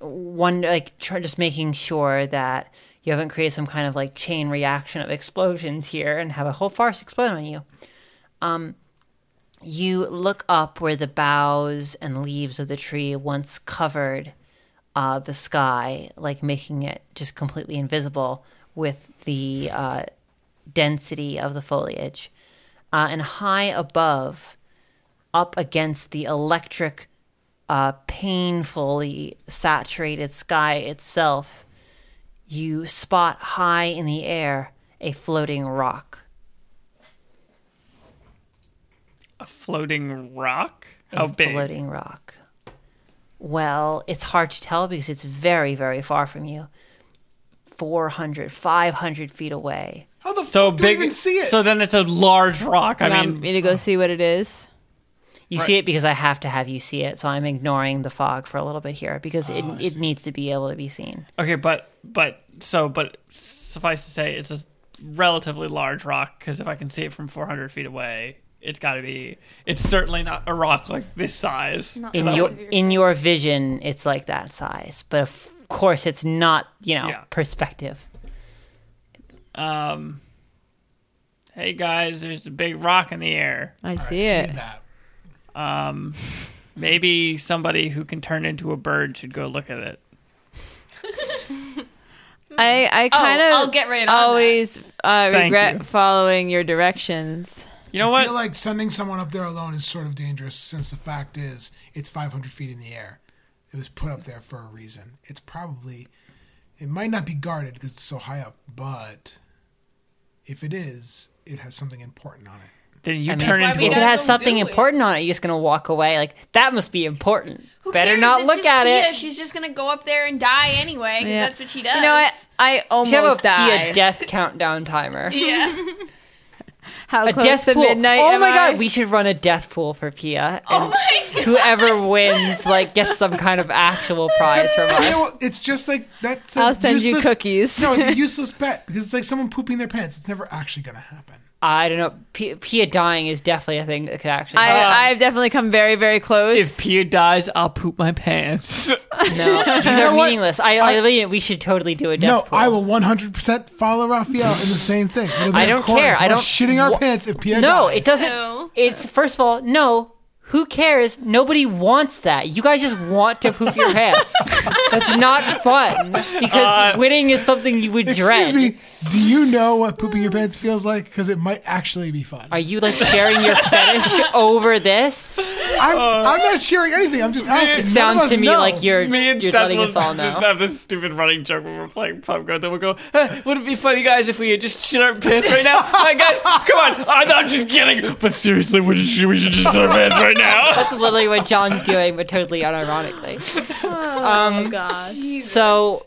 one like try, just making sure that you haven't created some kind of like chain reaction of explosions here and have a whole forest explode on you. Um, you look up where the boughs and leaves of the tree once covered uh, the sky, like making it just completely invisible with the uh, density of the foliage. Uh, and high above, up against the electric, uh, painfully saturated sky itself, you spot high in the air a floating rock.
A floating rock.
A
How big?
Floating rock. Well, it's hard to tell because it's very, very far from you. 400, 500 feet away.
How the
So
fuck
big.
do I even see it?
So then it's a large rock. I
You want
mean,
me to go see what it is?
You see it because I have to have you see it, so I'm ignoring the fog for a little bit here because it,
Oh,
it needs to be able to be seen.
okay, but but so but suffice to say, it's a relatively large rock because if I can see it from 400 feet away, it's got to be. It's certainly not a rock like this size.
Not
in
the
your
size of
in your vision it's like that size but of course it's not you know
Yeah.
perspective
Um. Hey guys, there's a big rock in the air.
I
I
see it.
that.
Maybe somebody who can turn into a bird should go look at it.
I, I
Oh,
kind of
I'll get right on that.
always uh,
Thank
regret
you.
following your directions.
You know
I
what?
feel like sending someone up there alone is sort of dangerous since the fact is it's 500 feet in the air. It was put up there for a reason. It's probably, it might not be guarded because it's so high up, but if it is, it has something important on it.
then you
I mean,
turn
That's why
into
we
a
if it
guys
has
don't
something
do it.
important on it, you're just gonna walk away. Like that must be important.
Who
Better
cares?
not
It's
look
just
at
Pia.
it.
She's just gonna go up there and die anyway. 'cause That's what she does.
You know what? I
You
almost
should have a Pia
died.
death countdown timer.
Yeah.
How
A
close
death
to
pool.
midnight?
oh
am
my
I?
god, we should run a death pool for Pia.
oh
And
my god.
whoever wins, like, gets some kind of actual prize from
Yeah,
us.
well, it's just like that's. a
I'll send you
useless-
cookies.
No, it's a useless bet because it's like someone pooping their pants. It's never actually going to happen.
I don't know. Pia, Pia dying is definitely a thing that could actually.
I,
happen.
I've definitely come very, very close.
if Pia dies, I'll poop my pants.
no, these are
what?
meaningless. I, I, really- we should totally do a death
no,
pool.
I will 100% follow Raphael in the same thing. It'll be
I
a
don't
chorus
care.
of
I
us
don't-
shitting our
wha-
pants if Pierre.
No,
dies.
it doesn't.
No.
It's first of all, no. Who cares? Nobody wants that. You guys just want to poop your pants. That's not fun because winning is something you would
Uh, Excuse
dread.
me. Do you know what pooping your pants feels like? Because it might actually be fun.
Are you like sharing your fetish over this?
I'm,
Uh,
I'm not sharing anything. I'm just asking. None of
Sounds
us
to me
know.
like you're
Me and
you're
Seth
letting
will
us all
just
know.
have this stupid running joke when we're playing PUBG. Then we'll go, "Huh, wouldn't it be funny, guys, if we had just shit our pants right now? Hi, guys, come on. I'm, I'm just kidding. But seriously, we should, we should just shit our pants right now.
That's literally what John's doing, but totally unironically.
Oh
Um,
God.
so,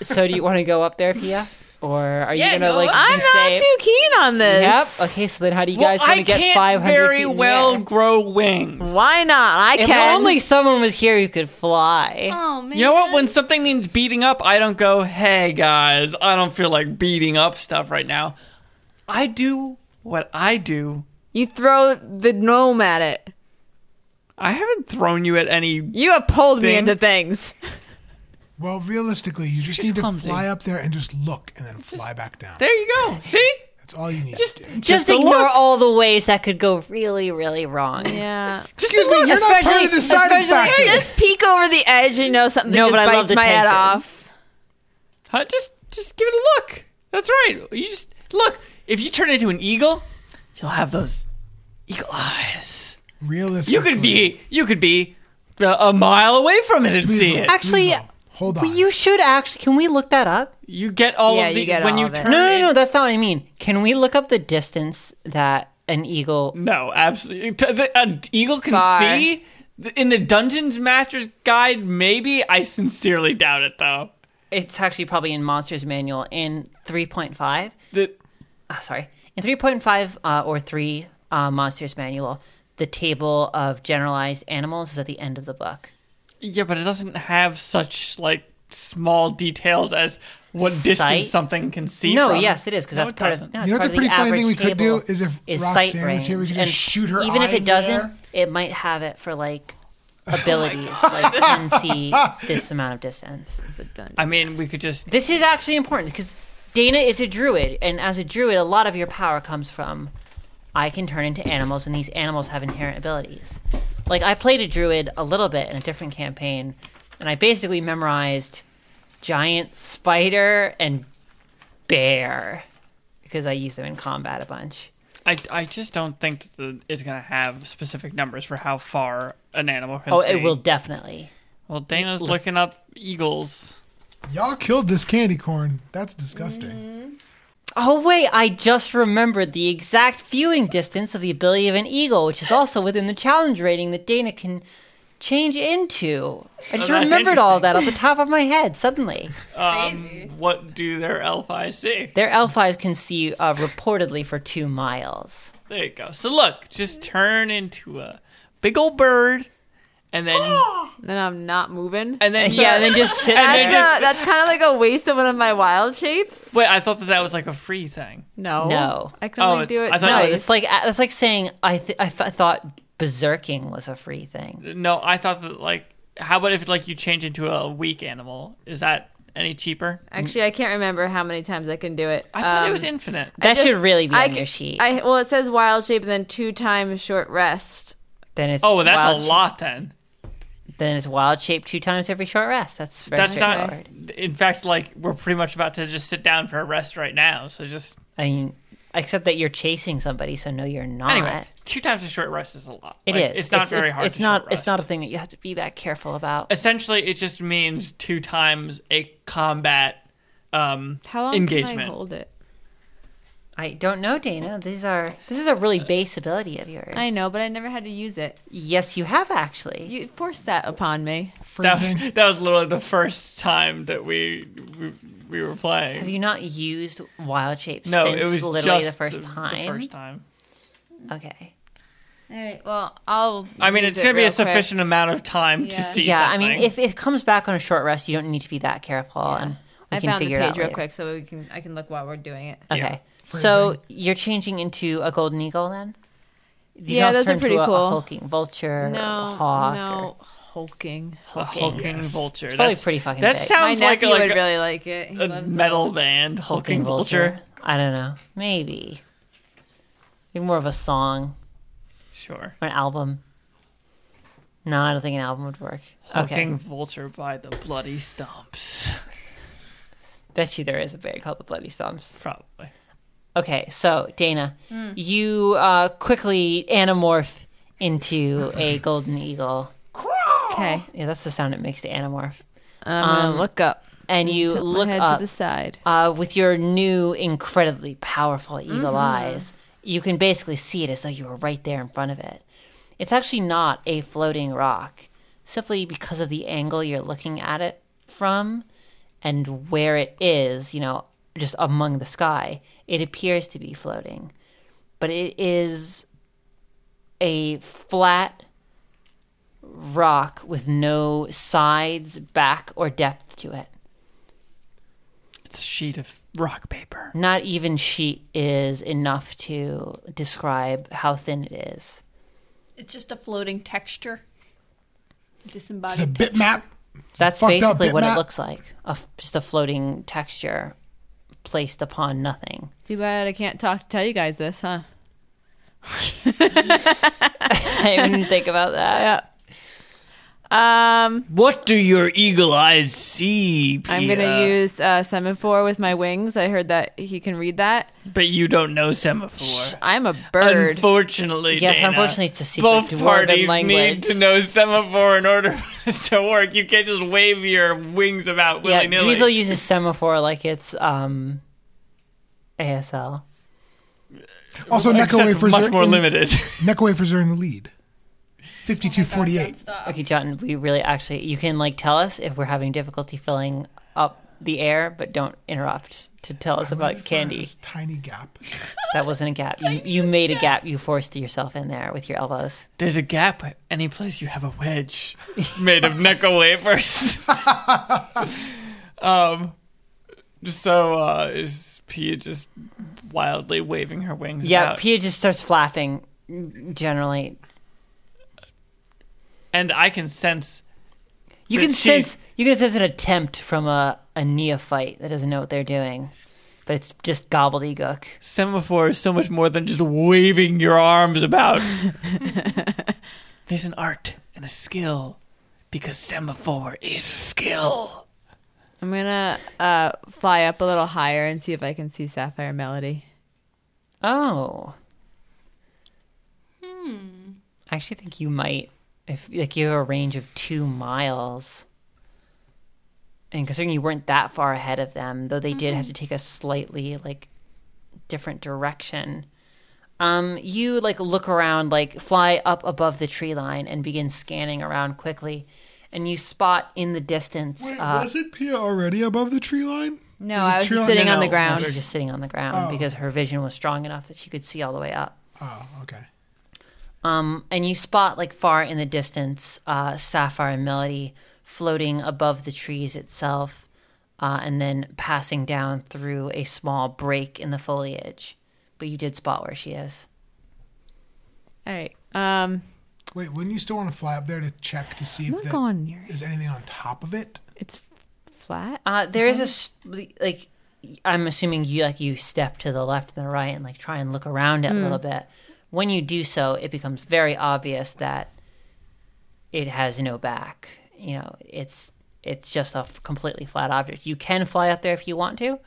so do you want to go up there, Pia, or are
Yeah,
you gonna
go
like?
up.
be
I'm not
safe?
too keen on this.
Yep. Okay. So then, how do you guys
well,
gonna
I
get
can't
five hundred?
very well grow wings.
Why not? I
If
can.
only someone was here who could fly.
Oh man.
You know what? When something needs beating up, I don't go, hey guys, I don't feel like beating up stuff right now. I do what I do.
you throw the gnome at it.
I haven't thrown you at any.
You have pulled me
Thing.
into things.
Well, realistically, you just
She's
need to
clumsy.
fly up there and just look and then fly back down.
There you go. See?
That's all you need.
Just,
to do.
just
just a
ignore
look.
all the ways that could go really, really wrong.
Yeah.
Excuse me, you're not part
especially-
of the deciding
especially-
factor.
just peek over the edge and know something
No,
just
but I
bites
love the
my head
tension.
off.
Huh, just, just give it a look. That's right. You just look. If you turn into an eagle, you'll have those eagle eyes.
Realistically,
You could be, you could be uh, a mile away from it and see it.
Actually,
Please, Hold on.
well, you should actually. Can we look that up?
You get all
Yeah,
of the
you get
when
all
you
of it.
turn.
No, no, no.
in-
That's not what I mean. Can we look up the distance that an eagle?
No, absolutely. T- the- An eagle can
Far.
see Th- in the Dungeons Master's Guide. Maybe I sincerely doubt it, though.
It's actually probably in Monsters Manual in three point five.
The-
Ah, sorry, in 3.5 uh, or 3 uh, Monsters Manual, the table of generalized animals is at the end of the book.
yeah, but it doesn't have such like small details as what
Sight?
distance something can see.
no,
from.
yes, it is because
No,
that's
it
part of.
doesn't.
No,
You know
it's
what's a
part of
pretty
the
funny thing
average
we could
table
do is if
is
Roxanne
sight
was here, we could
range.
just shoot her
Even if
eye
it
in the
doesn't,
air.
it might have it for like
Oh
abilities, like can see this amount of distance.
I mean, we could just
This is actually important because Dana is a druid, and as a druid, a lot of your power comes from I can turn into animals, and these animals have inherent abilities. Like, I played a druid a little bit in a different campaign, and I basically memorized giant spider and bear because I use them in combat a bunch.
I, I just don't think that the, it's going to have specific numbers for how far an animal can
Oh,
see.
it will definitely.
Well, Dana's looking up eagles.
Y'all killed this candy corn. That's disgusting.
Oh, wait, I just remembered the exact viewing distance of the ability of an eagle, which is also within the challenge rating that Dana can change into. I just
Oh, that's
remembered all that off the top of my head suddenly.
Um, what do their elf eyes see?
Their elf eyes can see uh, reportedly for two miles.
There you go. So look, just turn into a big old bird, and then
Then I'm not moving.
and then
Yeah, and then just sit
And
there.
then
That's, a- that's kind of like a waste of one of my wild shapes.
wait. I thought that that was like a free thing.
No.
No.
I can
Oh,
only
it's-
do it
I thought it
no,
was-
twice.
it's like that's like saying I, th- I, f- I thought berserking was a free thing.
No, I thought that like, how about if like you change into a weak animal? Is that any cheaper?
Actually, I can't remember how many times I can do it.
I thought it
Um,
was infinite.
That
just-
should really be
I
on
ca-
your sheet.
I well, it says wild shape and then two times short rest.
then it's
Oh, that's
wild-
a lot then.
Then it's wild shape two times every short rest. That's very
That's
straightforward.
not. In fact, like we're pretty much about to just sit down for a rest right now. So just
I mean, except that you're chasing somebody, so no, you're not.
anyway, two times a short rest is a lot.
It
Like,
is.
It's not very hard.
It's
to
not.
short
It's not a
rest.
thing that you have to be that careful about.
Essentially, it just means two times a combat um,
How long
engagement.
can I hold it?
I don't know, Dana. These are. This is a really base ability of yours.
I know, but I never had to use it.
Yes, you have actually.
You forced that upon me.
That was, that was literally the first time that we we, we were playing.
have you not used wild shapes
no,
since
it was
literally the
just
first
The
time?
first time.
Okay.
All right. Well, I'll.
I mean,
use
it's
it
going to be
real
a sufficient amount of time to
Yeah.
see
yeah,
something.
I mean, if it comes back on a short rest, you don't need to be that careful, and we
Quick. I
can
found the
figure it out
page real
later.
quick, so we can. I can look while we're doing it.
Okay.
Yeah.
So you're changing into a golden eagle then? You can
Yeah,
also
those are
turn into
pretty
a,
cool.
A hulking vulture,
no,
or a hawk,
no, hulking.
or
a hulking
Yes.
vulture.
It's probably
That's-
pretty fucking
That
big.
My
sounds like
nephew
a, like
would
a,
really like it. He
a
loves that.
metal band, hulking, vulture.
I don't know. Maybe. Maybe more of a song
Sure.
or an album. No, I don't think an album would work.
Hulking
Okay.
vulture by the bloody stumps.
Bet you there is a band called the Bloody Stumps.
Probably.
Okay, so Dana,
Mm.
you uh, quickly anamorph into a golden eagle.
Okay,
Yeah, that's the sound it makes to anamorph.
I'm gonna
Um,
look up.
And you
Tilt my
look
head
up
to the side.
uh, with your new, incredibly powerful eagle eyes, you can basically see it as though you were right there in front of it. It's actually not a floating rock, simply because of the angle you're looking at it from and where it is, you know, just among the sky. It appears to be floating, but it is a flat rock with no sides, back, or depth to it.
It's a sheet of rock paper.
not even sheet is enough to describe how thin it is.
It's just a floating texture.
It's a
Disembodied.
bitmap.
That's
fucked up
basically what it
bitmap.
looks like a f just a floating texture placed upon nothing.
Too bad I can't talk to tell you guys this, huh?
I didn't even think about that.
Yeah. Um,
What do your eagle eyes see?
I'm gonna
Pia?
use uh, semaphore with my wings. I heard that he can read that.
But you don't know semaphore.
I'm a bird.
Unfortunately,
Yes,
Dana,
unfortunately, it's a secret
Both
dwarven
parties
language.
need to know semaphore in order for this to work. You can't just wave your wings about
Yeah,
willy nilly.
Dweezil uses semaphore like it's um, ASL.
Also, Necco
Except
wafers
much
are
more
in,
limited.
Necco wafers are in the lead. Fifty-two forty-eight.
Okay, John, we really actually you can like tell us if we're having difficulty filling up the air, but don't interrupt to tell us about candy.
This tiny gap.
That wasn't a gap. You, you made a gap. You forced yourself in there with your elbows.
There's a gap any place you have a wedge made of nickel wafers. um, so uh, is Pia just wildly waving her wings?
Yeah,
about?
Pia just starts flapping. Generally,
and I can sense
you
But
can
she's-
sense you can sense an attempt from a, a neophyte that doesn't know what they're doing, but it's just gobbledygook.
semaphore is so much more than just waving your arms about. There's an art and a skill because semaphore is a skill.
I'm gonna uh, fly up a little higher and see if I can see Sapphire Melody.
Oh, Hmm. I actually think you might if like you have a range of two miles. And considering you weren't that far ahead of them, though they did have to take a slightly like different direction. Um, you like look around, like fly up above the tree line and begin scanning around quickly, and you spot in the distance. uh,
was it Pia already above the tree line?
No,
Is it
I was
true
just
or
sitting
no,
on the
no?
and
ground.
she was just sitting on the ground
Oh.
because her vision was strong enough that she could see all the way up.
Oh, okay.
Um, and you spot like far in the distance, uh, Sapphire and Melody floating above the trees itself, uh, and then passing down through a small break in the foliage. But you did spot where she is.
All right. Um,
Wait, wouldn't you still want to fly up there to check to see if
I'm not
the,
going near it.
is anything on top of it?
It's flat.
Uh, there is a s a like. I'm assuming you like you step to the left and the right and like try and look Hmm. around it a little bit. When you do so, it becomes very obvious that it has no back. You know, it's it's just a f- completely flat object. You can fly up there if you want to,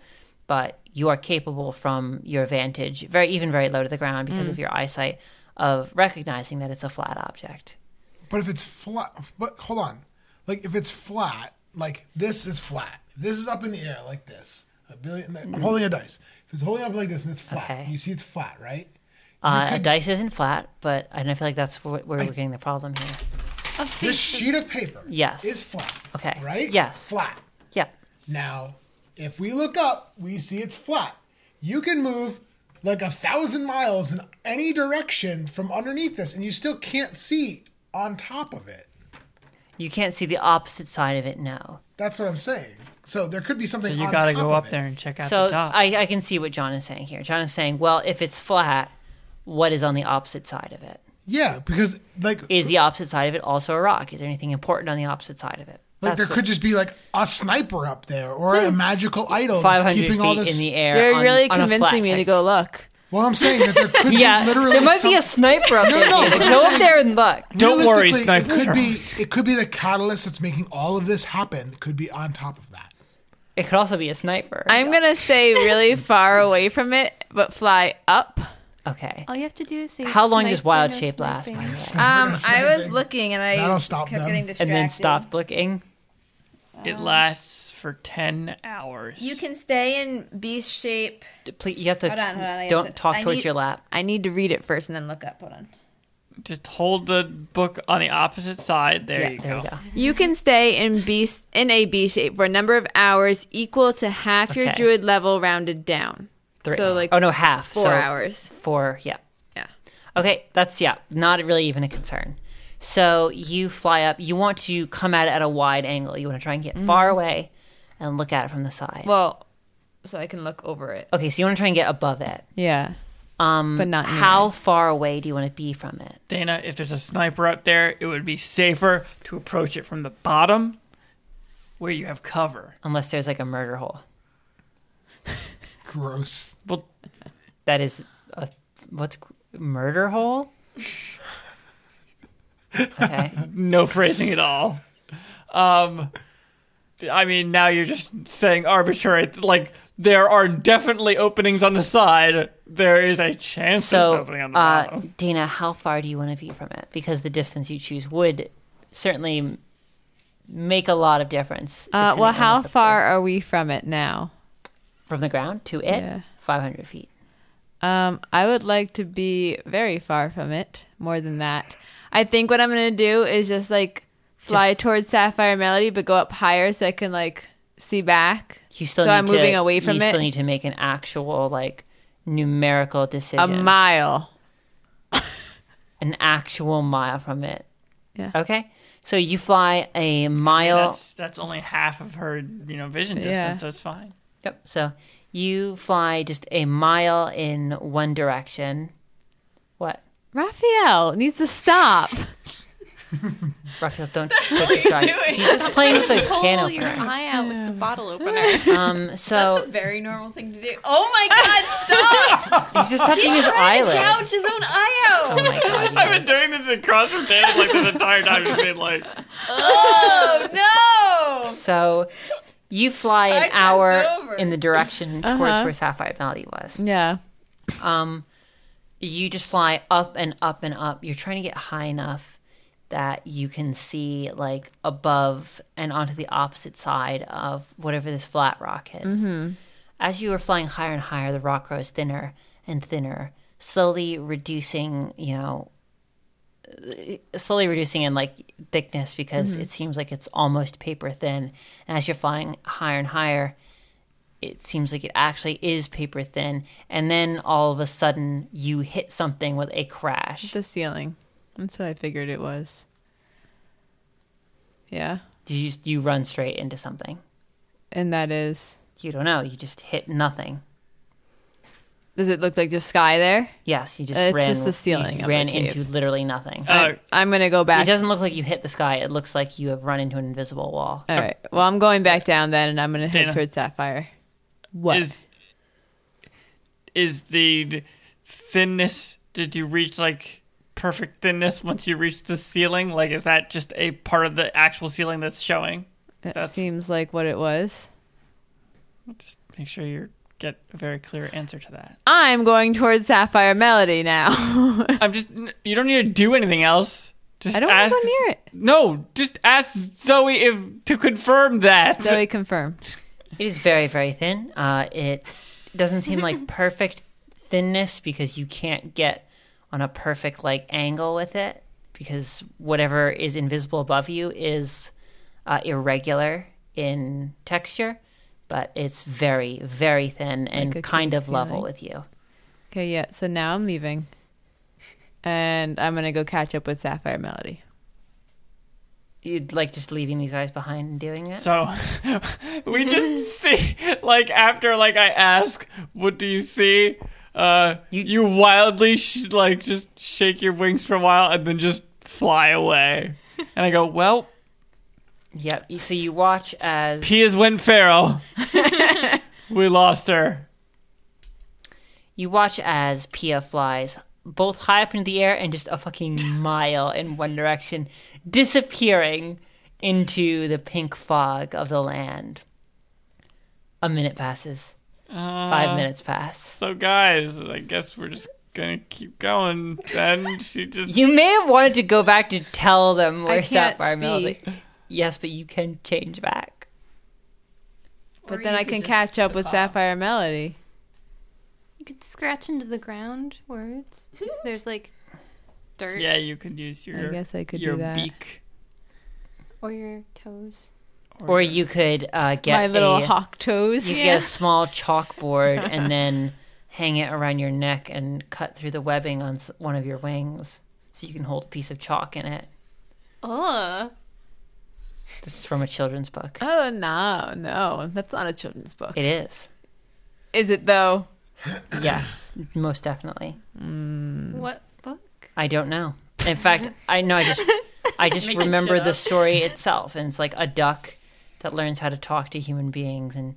but you are capable from your vantage, very even very low to the ground because of your eyesight, of recognizing that it's a flat object.
But if it's flat, but hold on, like if it's flat, like this is flat. If this is up in the air like this. A billion. I'm holding a dice. If it's holding up like this and it's flat,
Okay.
you see it's flat, right?
Uh,
could-
dice isn't flat, but and I feel like that's where, where we're getting the problem here.
This sheet of paper,
Yes.
is flat.
Okay.
right?
Yes.
flat.
Yeah.
Now, if we look up, we see it's flat. You can move like a thousand miles in any direction from underneath this, and you still can't see on top of it.
You can't see the opposite side of it now.
That's what I'm saying. So there could be something.
You
on
gotta
top
go
of
up
it.
there and check out
So
the top.
I, I can see what John is saying here. John is saying, well, if it's flat, what is on the opposite side of it?
Yeah, because like
Is the opposite side of it also a rock? Is there anything important on the opposite side of it?
like there
That's what-
could just be like a sniper up there or
Hmm.
a magical idol that's
500
keeping
feet
all this.
in the air.
You're
on- on a
really
flat
convincing me to
text.
go look.
Well, I'm saying that there could
Yeah,
be literally
there might be a
some-
sniper up there.
no,
David.
I'm
Go up
saying-
there and look.
Don't worry,
Realistically,
sniper.
It could be it could be the catalyst that's making all of this happen. Could be on top of that.
It could also be a sniper.
I'm gonna stay really far away from it, but fly up.
Okay.
All you have to do is say.
How long does
sniper,
wild
no
shape last? by
sniping.
the way?
Um, I was
Sniping.
looking and I
That'll stop
kept
them.
getting distracted.
And then stopped looking.
it lasts for 10 hours.
You can stay in beast shape.
D- Please, you have to
Hold on, hold on, I have
don't
to-
talk
I
towards
need-
your lap.
I need to read it first.
First and then look up. Hold on.
Just hold the book on the opposite side. There
yeah,
you
there
go.
we go.
You can stay in B in a B shape for a number of hours equal to half your
Okay.
druid level rounded down.
Three.
So like
oh no, half.
four
so
hours.
Four. Yeah.
Yeah.
Okay, that's yeah, not really even a concern. So you fly up. You want to come at it at a wide angle. You want to try and get far away and look at it from the side.
Mm-hmm. Well, so I can look over it.
okay, so you want to try and get above it.
Yeah.
Um,
But not near
how far away do you want to be from it?
Dana, if there's a sniper up there, it would be safer to approach it from the bottom where you have cover.
Unless there's like a murder hole.
Gross.
Well,
That is a what's murder hole? Okay.
no phrasing at all. Um, I mean, now you're just saying arbitrary. Like, there are definitely openings on the side. There is a chance there's an
so,
opening on the
uh,
bottom.
Dana, how far do you want to be from it? Because the distance you choose would certainly m- make a lot of difference.
Uh,
depending
well,
on
how
what's up there.
far are we from it now?
from the ground to it?
Yeah.
Five hundred feet.
Um, I would like to be very far from it, more than that. I think what I'm gonna do is just like fly towards Sapphire Melody, but go up higher so I can like see back.
You still
so
need
I'm
to-
moving away from
you
it
still need to make an actual like numerical decision.
a mile.
an actual mile from it.
Yeah.
Okay. So you fly a mile.
That's that's only half of her, you know, vision distance,
Yeah.
so it's fine.
Yep. So you fly just a mile in one direction. What?
Raphael needs to stop.
Raphael, don't get distracted. He's just playing with the can
Pull your
opener.
eye out with the bottle opener.
Um, so
Very normal thing to do. Oh my god, stop!
he's just touching his
Trying to
eyelid.
gouge his own eye
Oh
out.
my god! you
I've been
guys.
doing this across from Dana like this entire time. Just been like,
Oh no!
So you fly
I
an
passed
hour
over.
in the direction towards
Uh-huh.
where Sapphire Melody was.
yeah.
Um, you just fly up and up and up. You're trying to get high enough that you can see like above and onto the opposite side of whatever this flat rock is. As you were flying higher and higher, the rock grows thinner and thinner, slowly reducing, you know, slowly reducing in like thickness because
Mm-hmm.
it seems like it's almost paper thin. And as you're flying higher and higher, it seems like it actually is paper thin. And then all of a sudden, you hit something with a crash.
The ceiling. That's what I figured it was. Yeah.
Did you just, you run straight into something?
And that is.
You don't know. You just hit nothing.
Does it look like just sky there?
Yes, you just
It's
ran.
just the ceiling
You
of
ran
the cave.
into literally nothing.
Uh,
I'm- I'm going to go
it
back.
doesn't look like you hit the sky. It looks like you have run into an invisible wall.
All right. Well, I'm going back down then and I'm going to head
Dana.
towards Sapphire. What?
is is the thinness? Did you reach like perfect thinness once you reach the ceiling? Like, is that just a part of the actual ceiling that's showing?
That
That's-
seems like what it was.
Just make sure you get a very clear answer to that.
I'm going towards Sapphire Melody now.
I'm just. You don't need to do anything else. Just
I don't wanna
ask,
go near it.
No, just ask Zoe if to confirm that.
Zoe confirmed.
It is very, very thin. Uh, it doesn't seem like perfect thinness because you can't get on a perfect like angle with it because whatever is invisible above you is uh, irregular in texture, but it's very, very thin and
Like a
kind
cave
of level
ceiling.
with you.
Okay, yeah. So now I'm leaving, and I'm gonna go catch up with Sapphire Melody.
You'd like just leaving these guys behind and doing it.
So we just see
Mm-hmm.
like after like I ask, what do you see? Uh, you, wildly sh- like just shake your wings for a while and then just fly away. And I go, well,
yep. So you watch as
P is went feral. we lost her.
You watch as Pia flies both high up in the air and just a fucking mile in one direction, disappearing into the pink fog of the land. A minute passes.
Uh,
Five
Uh-huh.
minutes pass.
So guys, I guess we're just gonna keep going. Then she just
You may have wanted to go back to tell them where
can't
Sapphire Melody.
speak.
Yes, but you can change back.
But
Or
then
you
I
could
can
just
catch up with
pop.
Sapphire Melody.
You could scratch into the ground words. If There's like dirt
yeah, you could use your
I guess I could
your
do that.
beak
or your toes.
Or you could uh, get
My little
a,
hawk toes.
You get a small chalkboard and then hang it around your neck and cut through the webbing on s- one of your wings so you can hold a piece of chalk in it.
Oh,
This is from a children's book.
Oh no, no, that's not a children's book,
It is.
is it though?
Yes, most definitely.
Mm.
what book?
I don't know. In fact, I know I just I just
making
remember
shit
the
up.
story itself and it's like a duck that learns how to talk to human beings and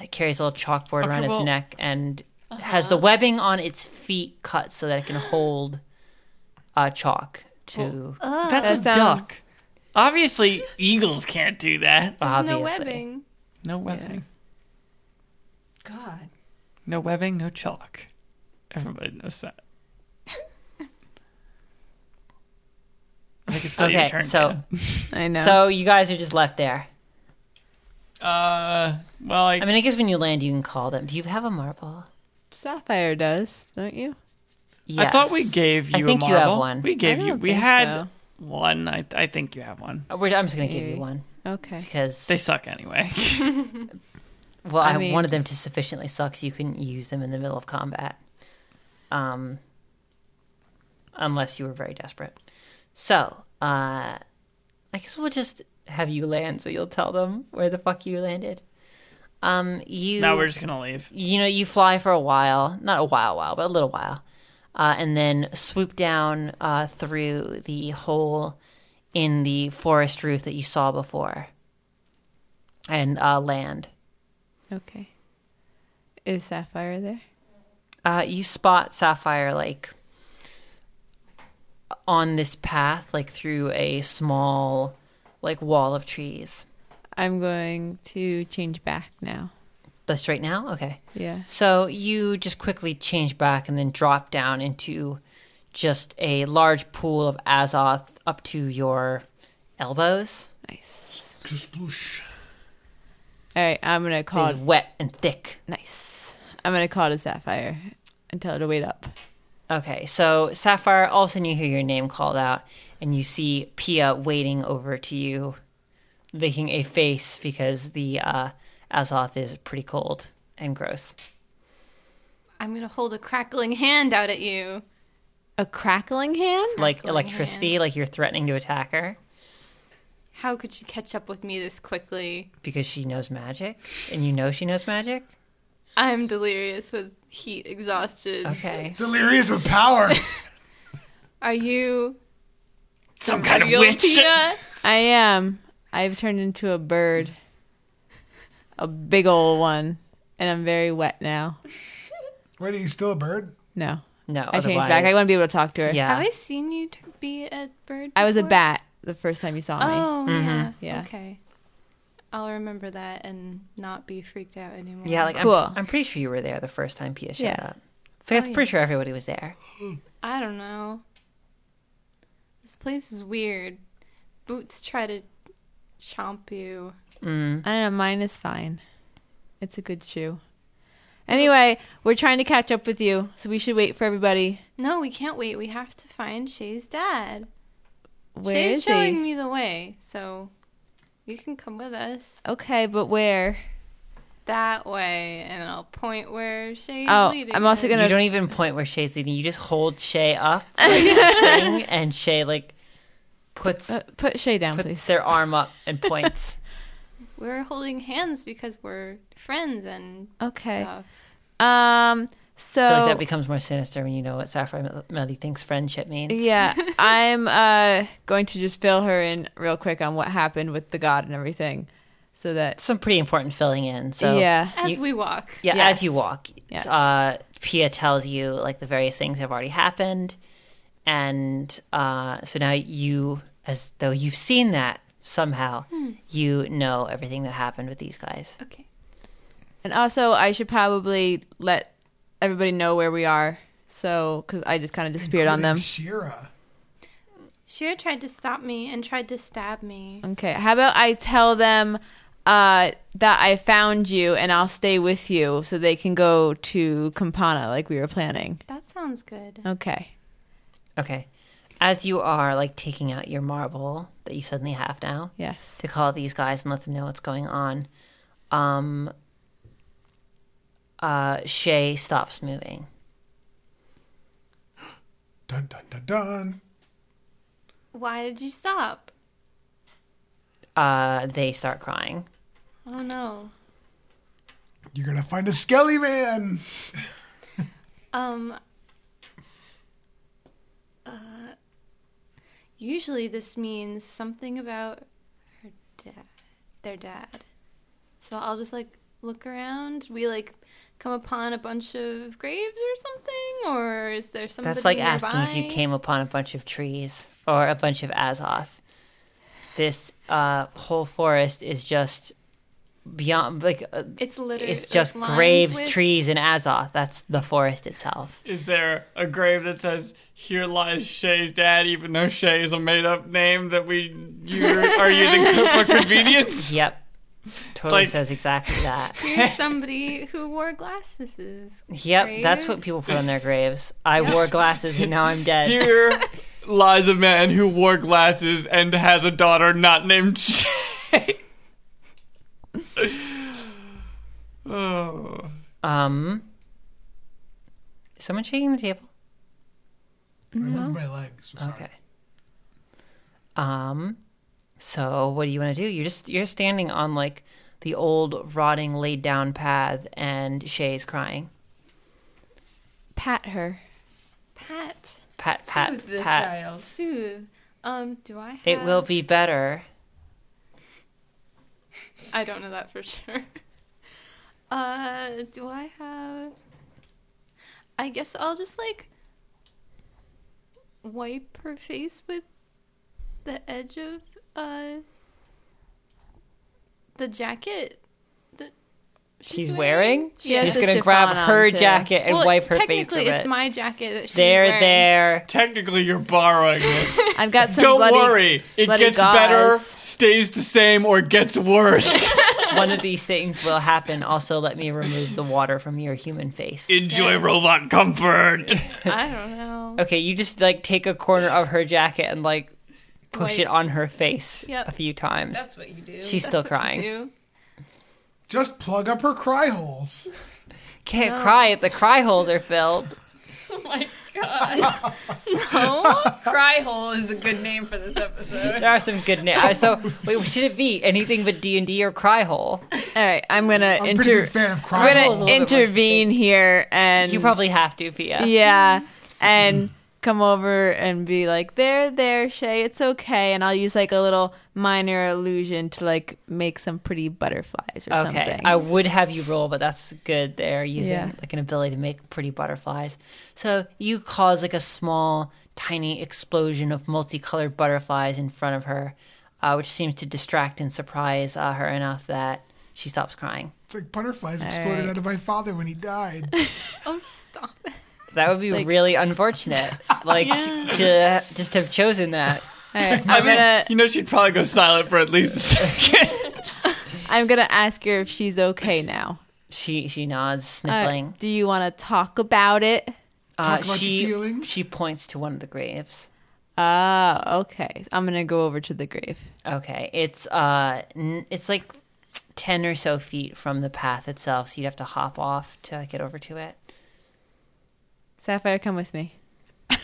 it carries a little chalkboard
Okay,
around its
well- uh-huh.
neck and has the webbing on its feet cut so that it can hold uh, chalk to
That's
Ah, That
a
sounds-
duck. Obviously, eagles can't do that.
There's no
obviously.
webbing.
No webbing.
God.
No webbing, no chalk. Everybody knows that. I think it's still your
Okay,
turn,
so-
I know.
So you guys are just left there.
Dana. uh, well, I,
I mean, I guess when you land, you can call them. Do you have a marble?
Sapphire does, don't you?
Yes.
I thought we gave you
I think
a
you
marble.
have one.
We gave
I
you.
don't
We
think
had
so.
one. I, I think you have one.
Uh, we're- I'm just going to give you
Maybe.
one
Okay.
because
They suck anyway.
well,
I
I,
mean-
wanted them to sufficiently suck so you couldn't use them in the middle of combat, um, unless you were very desperate. So uh, I guess we'll just have you land so you'll tell them where the fuck you landed. Um, you
now we're just gonna leave.
you know, you fly for a while, not a while, while, but a little while, uh, and then swoop down uh, through the hole in the forest roof that you saw before and uh, land.
Okay. Is Sapphire there?
Uh, you spot Sapphire like on this path, like through a small like wall of trees.
I'm going to change back now.
That's right now? Okay.
Yeah.
So you just quickly change back and then drop down into just a large pool of Azoth up to your elbows.
Nice.
Sploosh.
All right. I'm gonna
It is
call.
wet and thick.
Nice. I'm gonna call to Sapphire and tell her to wait up.
Okay, so Sapphire, all of a sudden you hear your name called out and you see Pia waiting over to you, making a face because the uh, Azoth is pretty cold and gross.
I'm gonna hold a crackling hand out at you.
A crackling hand?
Like
Crackling
electricity,
hand.
like you're threatening to attack her
How could she catch up with me this quickly?
because she knows magic and you know she knows magic.
I'm delirious with heat exhaustion.
Okay.
Delirious with power.
Are you
Some kind of
real
witch.
Pia?
I am. I've turned into a bird. A big old one. And I'm very wet now.
Wait, are you still a bird?
No,
No,
I changed back. I want to be able to talk to her.
Yeah,
Have I seen you t- be a bird?
I was a
before?
bat the first time you saw me.
Oh yeah.
Yeah.
Okay. I'll remember that and not be freaked out anymore.
yeah. Like
Cool.
I'm, I'm pretty sure you were there the first time Pia showed
Yeah.
up. Faith,
Oh, yeah.
pretty sure everybody was there.
I don't know. This place is weird. Boots try to chomp you.
Mm.
I don't know. Mine is fine. It's a good shoe. Anyway, we're trying to catch up with you, so we should wait for everybody.
No, we can't wait. We have to find Shay's dad.
Where
Shay's
is
showing
he?
me the way, so you can come with us
Okay, but where?
that way, and I'll point where Shay's
Oh,
leading.
I'm also
us.
gonna-
You don't even point where Shay's leading. You just hold Shay up, like, a thing, and Shay like puts
Uh, put Shay down,
puts
please.
their arm up and points.
We're holding hands because we're friends and
Okay.
stuff.
Um.
I feel like
So
that becomes more sinister when you know what Sapphire Mel- Melody thinks friendship means.
yeah, I'm uh going to just fill her in real quick on what happened with the god and everything, so that
Some pretty important filling in. So
yeah.
As
You-
we walk,
Yeah,
Yes.
as you walk,
Yes.
uh, Pia tells you like the various things have already happened, and uh, so now you, as though you've seen that somehow,
Hmm.
you know everything that happened with these guys.
okay.
And also, I should probably let everybody know where we are. So, because I just kind of disappeared on them.
Including Shira.
Shira tried to stop me and tried to stab me.
Okay. How about I tell them uh, that I found you and I'll stay with you so they can go to Campana like we were planning.
That sounds good.
Okay.
Okay, as you are like taking out your marble that you suddenly have now
Yes.
to call these guys and let them know what's going on, um, uh, Shay stops moving.
Dun dun dun dun.
Why did you stop?
Uh, they start crying.
Oh no.
You're gonna find a skelly man.
Um. Uh, usually this means something about her dad, their dad. So I'll just like look around. We like come upon a bunch of graves or something, or is there somebody?
That's like asking if you
nearby?
came upon a bunch of trees or a bunch of Azoth. This uh, whole forest is just beyond like uh,
It's literally
it's just graves, trees, and Azoth. That's the forest itself.
Is there a grave that says "Here lies Shay's dad," even though Shay is a made-up name that we you are using for convenience?
Yep, totally
like-
says exactly that.
Here's somebody who wore glasses.
Yep, that's
Grave?
what people put on their graves. I wore glasses and now I'm dead.
Here lies a man who wore glasses and has a daughter not named Shay. oh.
Um, is someone shaking the table.
I moved my leg. So sorry.
Okay. Um, so what do you want to do? You're just you're standing on like the old rotting laid down path, and Shay's crying.
Pat her.
Pat,
Pat, pat,
Soothe the
pat.
child.
soothe. Um, do I have...
It will be better.
I don't know that for sure. Uh, do I have... I guess I'll just, like, wipe her face with the edge of, uh, the jacket that
She's wearing.
She
You're
has
just
the
gonna grab
chiffon
her
on, too.
jacket and
Well,
wipe her face with
technically, it's
it.
my jacket that she's
there,
wearing.
there.
Technically, you're borrowing this.
I've got some.
Don't
bloody-
worry. It
bloody
gets
gauze.
better, stays the same, or gets worse.
One of these things will happen. Also, let me remove the water from your human face.
Enjoy robot comfort.
I don't know.
Okay, you just like take a corner of her jacket and like push it
Wipe.
on her face
Yep.
a few times.
That's what you do.
She's still
That's what
crying.
we do.
Just plug up her cry holes.
Can't cry if the cry holes are filled.
oh my god. no, cry hole is a good name for this episode.
There are some good names. So, wait, what should it be? Anything but D and D or cry hole?
All right. I'm gonna
I'm a pretty
inter.
big fan of cry
Hole's a
I'm gonna
little bit more
intervene here and
You probably have to, Pia.
yeah, and come over and be like, "There, there, Shay, it's okay," and I'll use like a little minor illusion to like make some pretty butterflies or
Okay,
something.
I would have you roll, but that's good there using
Yeah.
like an ability to make pretty butterflies. So you cause like a small, tiny explosion of multicolored butterflies in front of her, uh, which seems to distract and surprise uh, her enough that she stops crying.
It's like butterflies exploded
right.
out of my father when he died.
Oh, stop it.
That would be
Like-
really unfortunate. Like to just have chosen that.
All right, I'm
I mean,
gonna
you know, she'd probably go silent for at least a second.
I'm gonna ask her if she's okay now.
She she nods,
Uh,
sniffling.
do you want to talk about it?
Uh,
about your
she
feelings?
she points to one of the graves.
Ah, okay. I'm gonna go over to the grave.
Okay, it's uh, n- it's like ten or so feet from the path itself, so you'd have to hop off to get over to it.
Sapphire, come with me.
Oh,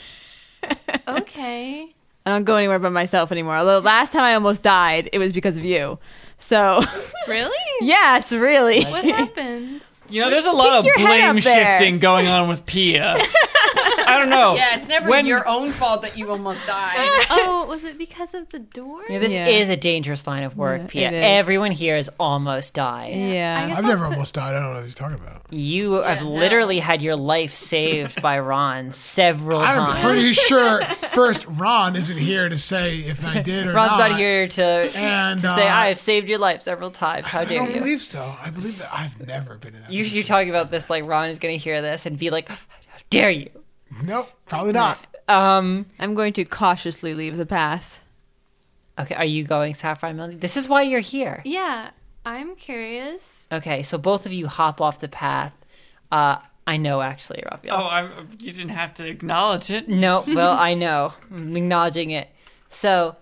Okay.
I don't go anywhere by myself anymore. Although last time I almost died, it was because of you. So
Really?
yes, really.
What happened?
You know, there's a lot of
your head
blame
up there.
shifting going on with Pia. I don't know.
Yeah, it's never
When-
your own fault that you almost died.
Oh, was it because of the door?
You know, this
Yeah.
is a dangerous line of work,
Yeah,
Pia.
it is.
Everyone here has almost died.
Yeah.
I guess
I've
I'll
never
put-
almost died. I don't know what you're talking about.
You have
no.
literally had your life saved by Ron several
I'm
times.
pretty sure first Ron isn't here to say if I did or
Ron's
not.
not here to,
And,
to say
uh,
I have saved your life several times. How
I
dare
don't
you?
believe so. I believe that I've never been in that.
you? You're
position.
talking about this like Ron is going to hear this and be like, "How dare you?"
Nope, probably not.
Um,
I'm going to cautiously leave the path.
okay, are you going, Sapphire Melody? This is why you're here.
Yeah, I'm curious.
Okay, so both of you hop off the path. Uh, I know, actually, Raphael.
Oh, I'm, you didn't have to acknowledge it.
No, well, I know. I'm acknowledging it. So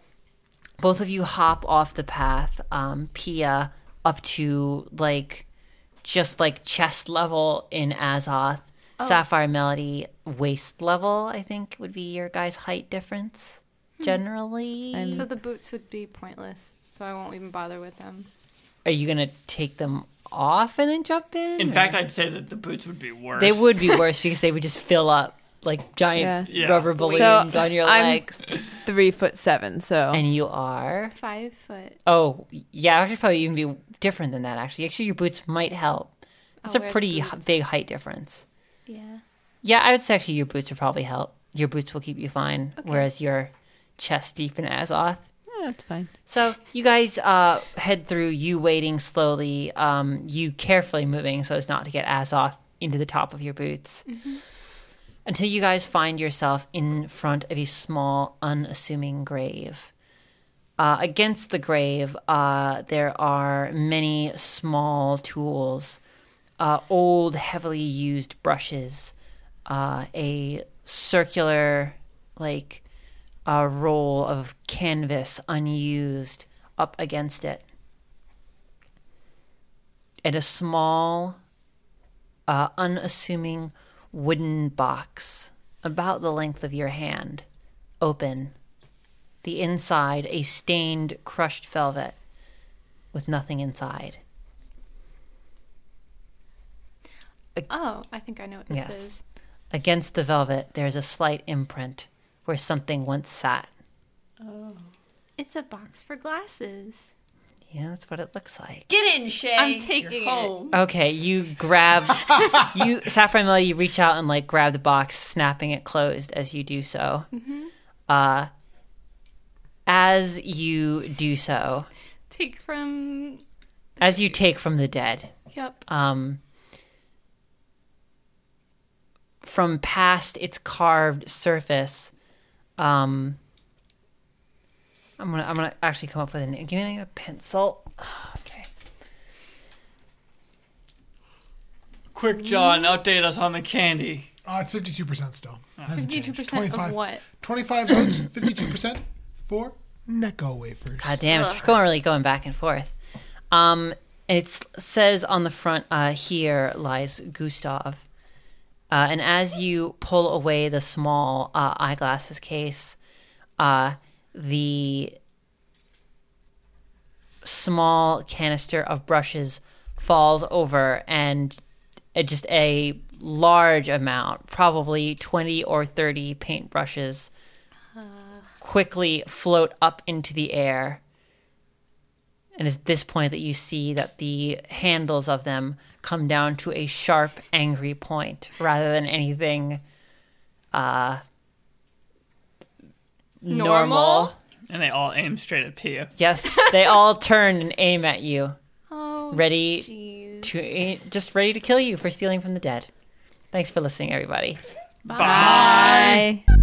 both of you hop off the path, um, Pia up to like just like chest level in Azoth. Sapphire Melody waist level, I think, would be your guys' height difference generally.
So the boots would be pointless, so I won't even bother with them.
Are you gonna take them off and then jump in?
In
or-
fact, I'd say that the boots would be worse.
They would be worse because they would just fill up like giant
Yeah. Yeah.
rubber balloons on your
I'm-
legs.
Three foot seven, so
And you are.
Five foot.
Oh, yeah, it would probably even be different than that, actually. Actually, your boots might help. That's
wear
a
Oh, the
pretty h-
boots.
big height difference.
Yeah.
Yeah, I would say actually your boots would probably help. Your boots will keep you fine, whereas your chest deep in Azoth.
Yeah, that's fine.
So you guys uh, head through, you waiting slowly, um, you carefully moving so as not to get Azoth into the top of your boots. Until you guys find yourself in front of a small, unassuming grave. Uh, against the grave, uh, there are many small tools, uh, old, heavily used brushes, uh, a circular, like, uh, roll of canvas unused up against it. And a small, uh, unassuming wooden box, about the length of your hand, open. The inside, a stained, crushed velvet with nothing inside.
Oh, I think I know what this
Yes.
is.
Against the velvet, there is a slight imprint where something once sat.
It's a box for glasses.
Yeah, that's what it looks like.
Get in, Shay.
I'm taking
You're
it.
home.
Okay, you grab you Saffron Melody, you reach out and like grab the box, snapping it closed as you do so. Uh as you do so,
Take from.
as you take from the dead,
Yep.
um from past its carved surface, um I'm gonna I'm gonna actually come up with an give me a pencil. Okay.
Quick, John, update us on the candy.
Uh, it's 52% still.
Fifty-two percent of what?
25 votes, 52% for Necco wafers.
God Uh, damn, it's going really going back and forth. Um, and it says on the front, uh, "Here lies Gustav." Uh, and as you pull away the small uh, eyeglasses case, uh, the small canister of brushes falls over, and it just a large amount, probably 20 or 30 paintbrushes, quickly float up into the air. And it's this point that you see that the handles of them come down to a sharp, angry point rather than anything uh,
Normal?
And they all aim straight at Pia.
Yes, they all turn and aim at you,
Oh,
ready
jeez.
to just ready to kill you for stealing from the dead. Thanks for listening, everybody.
Bye.
Bye.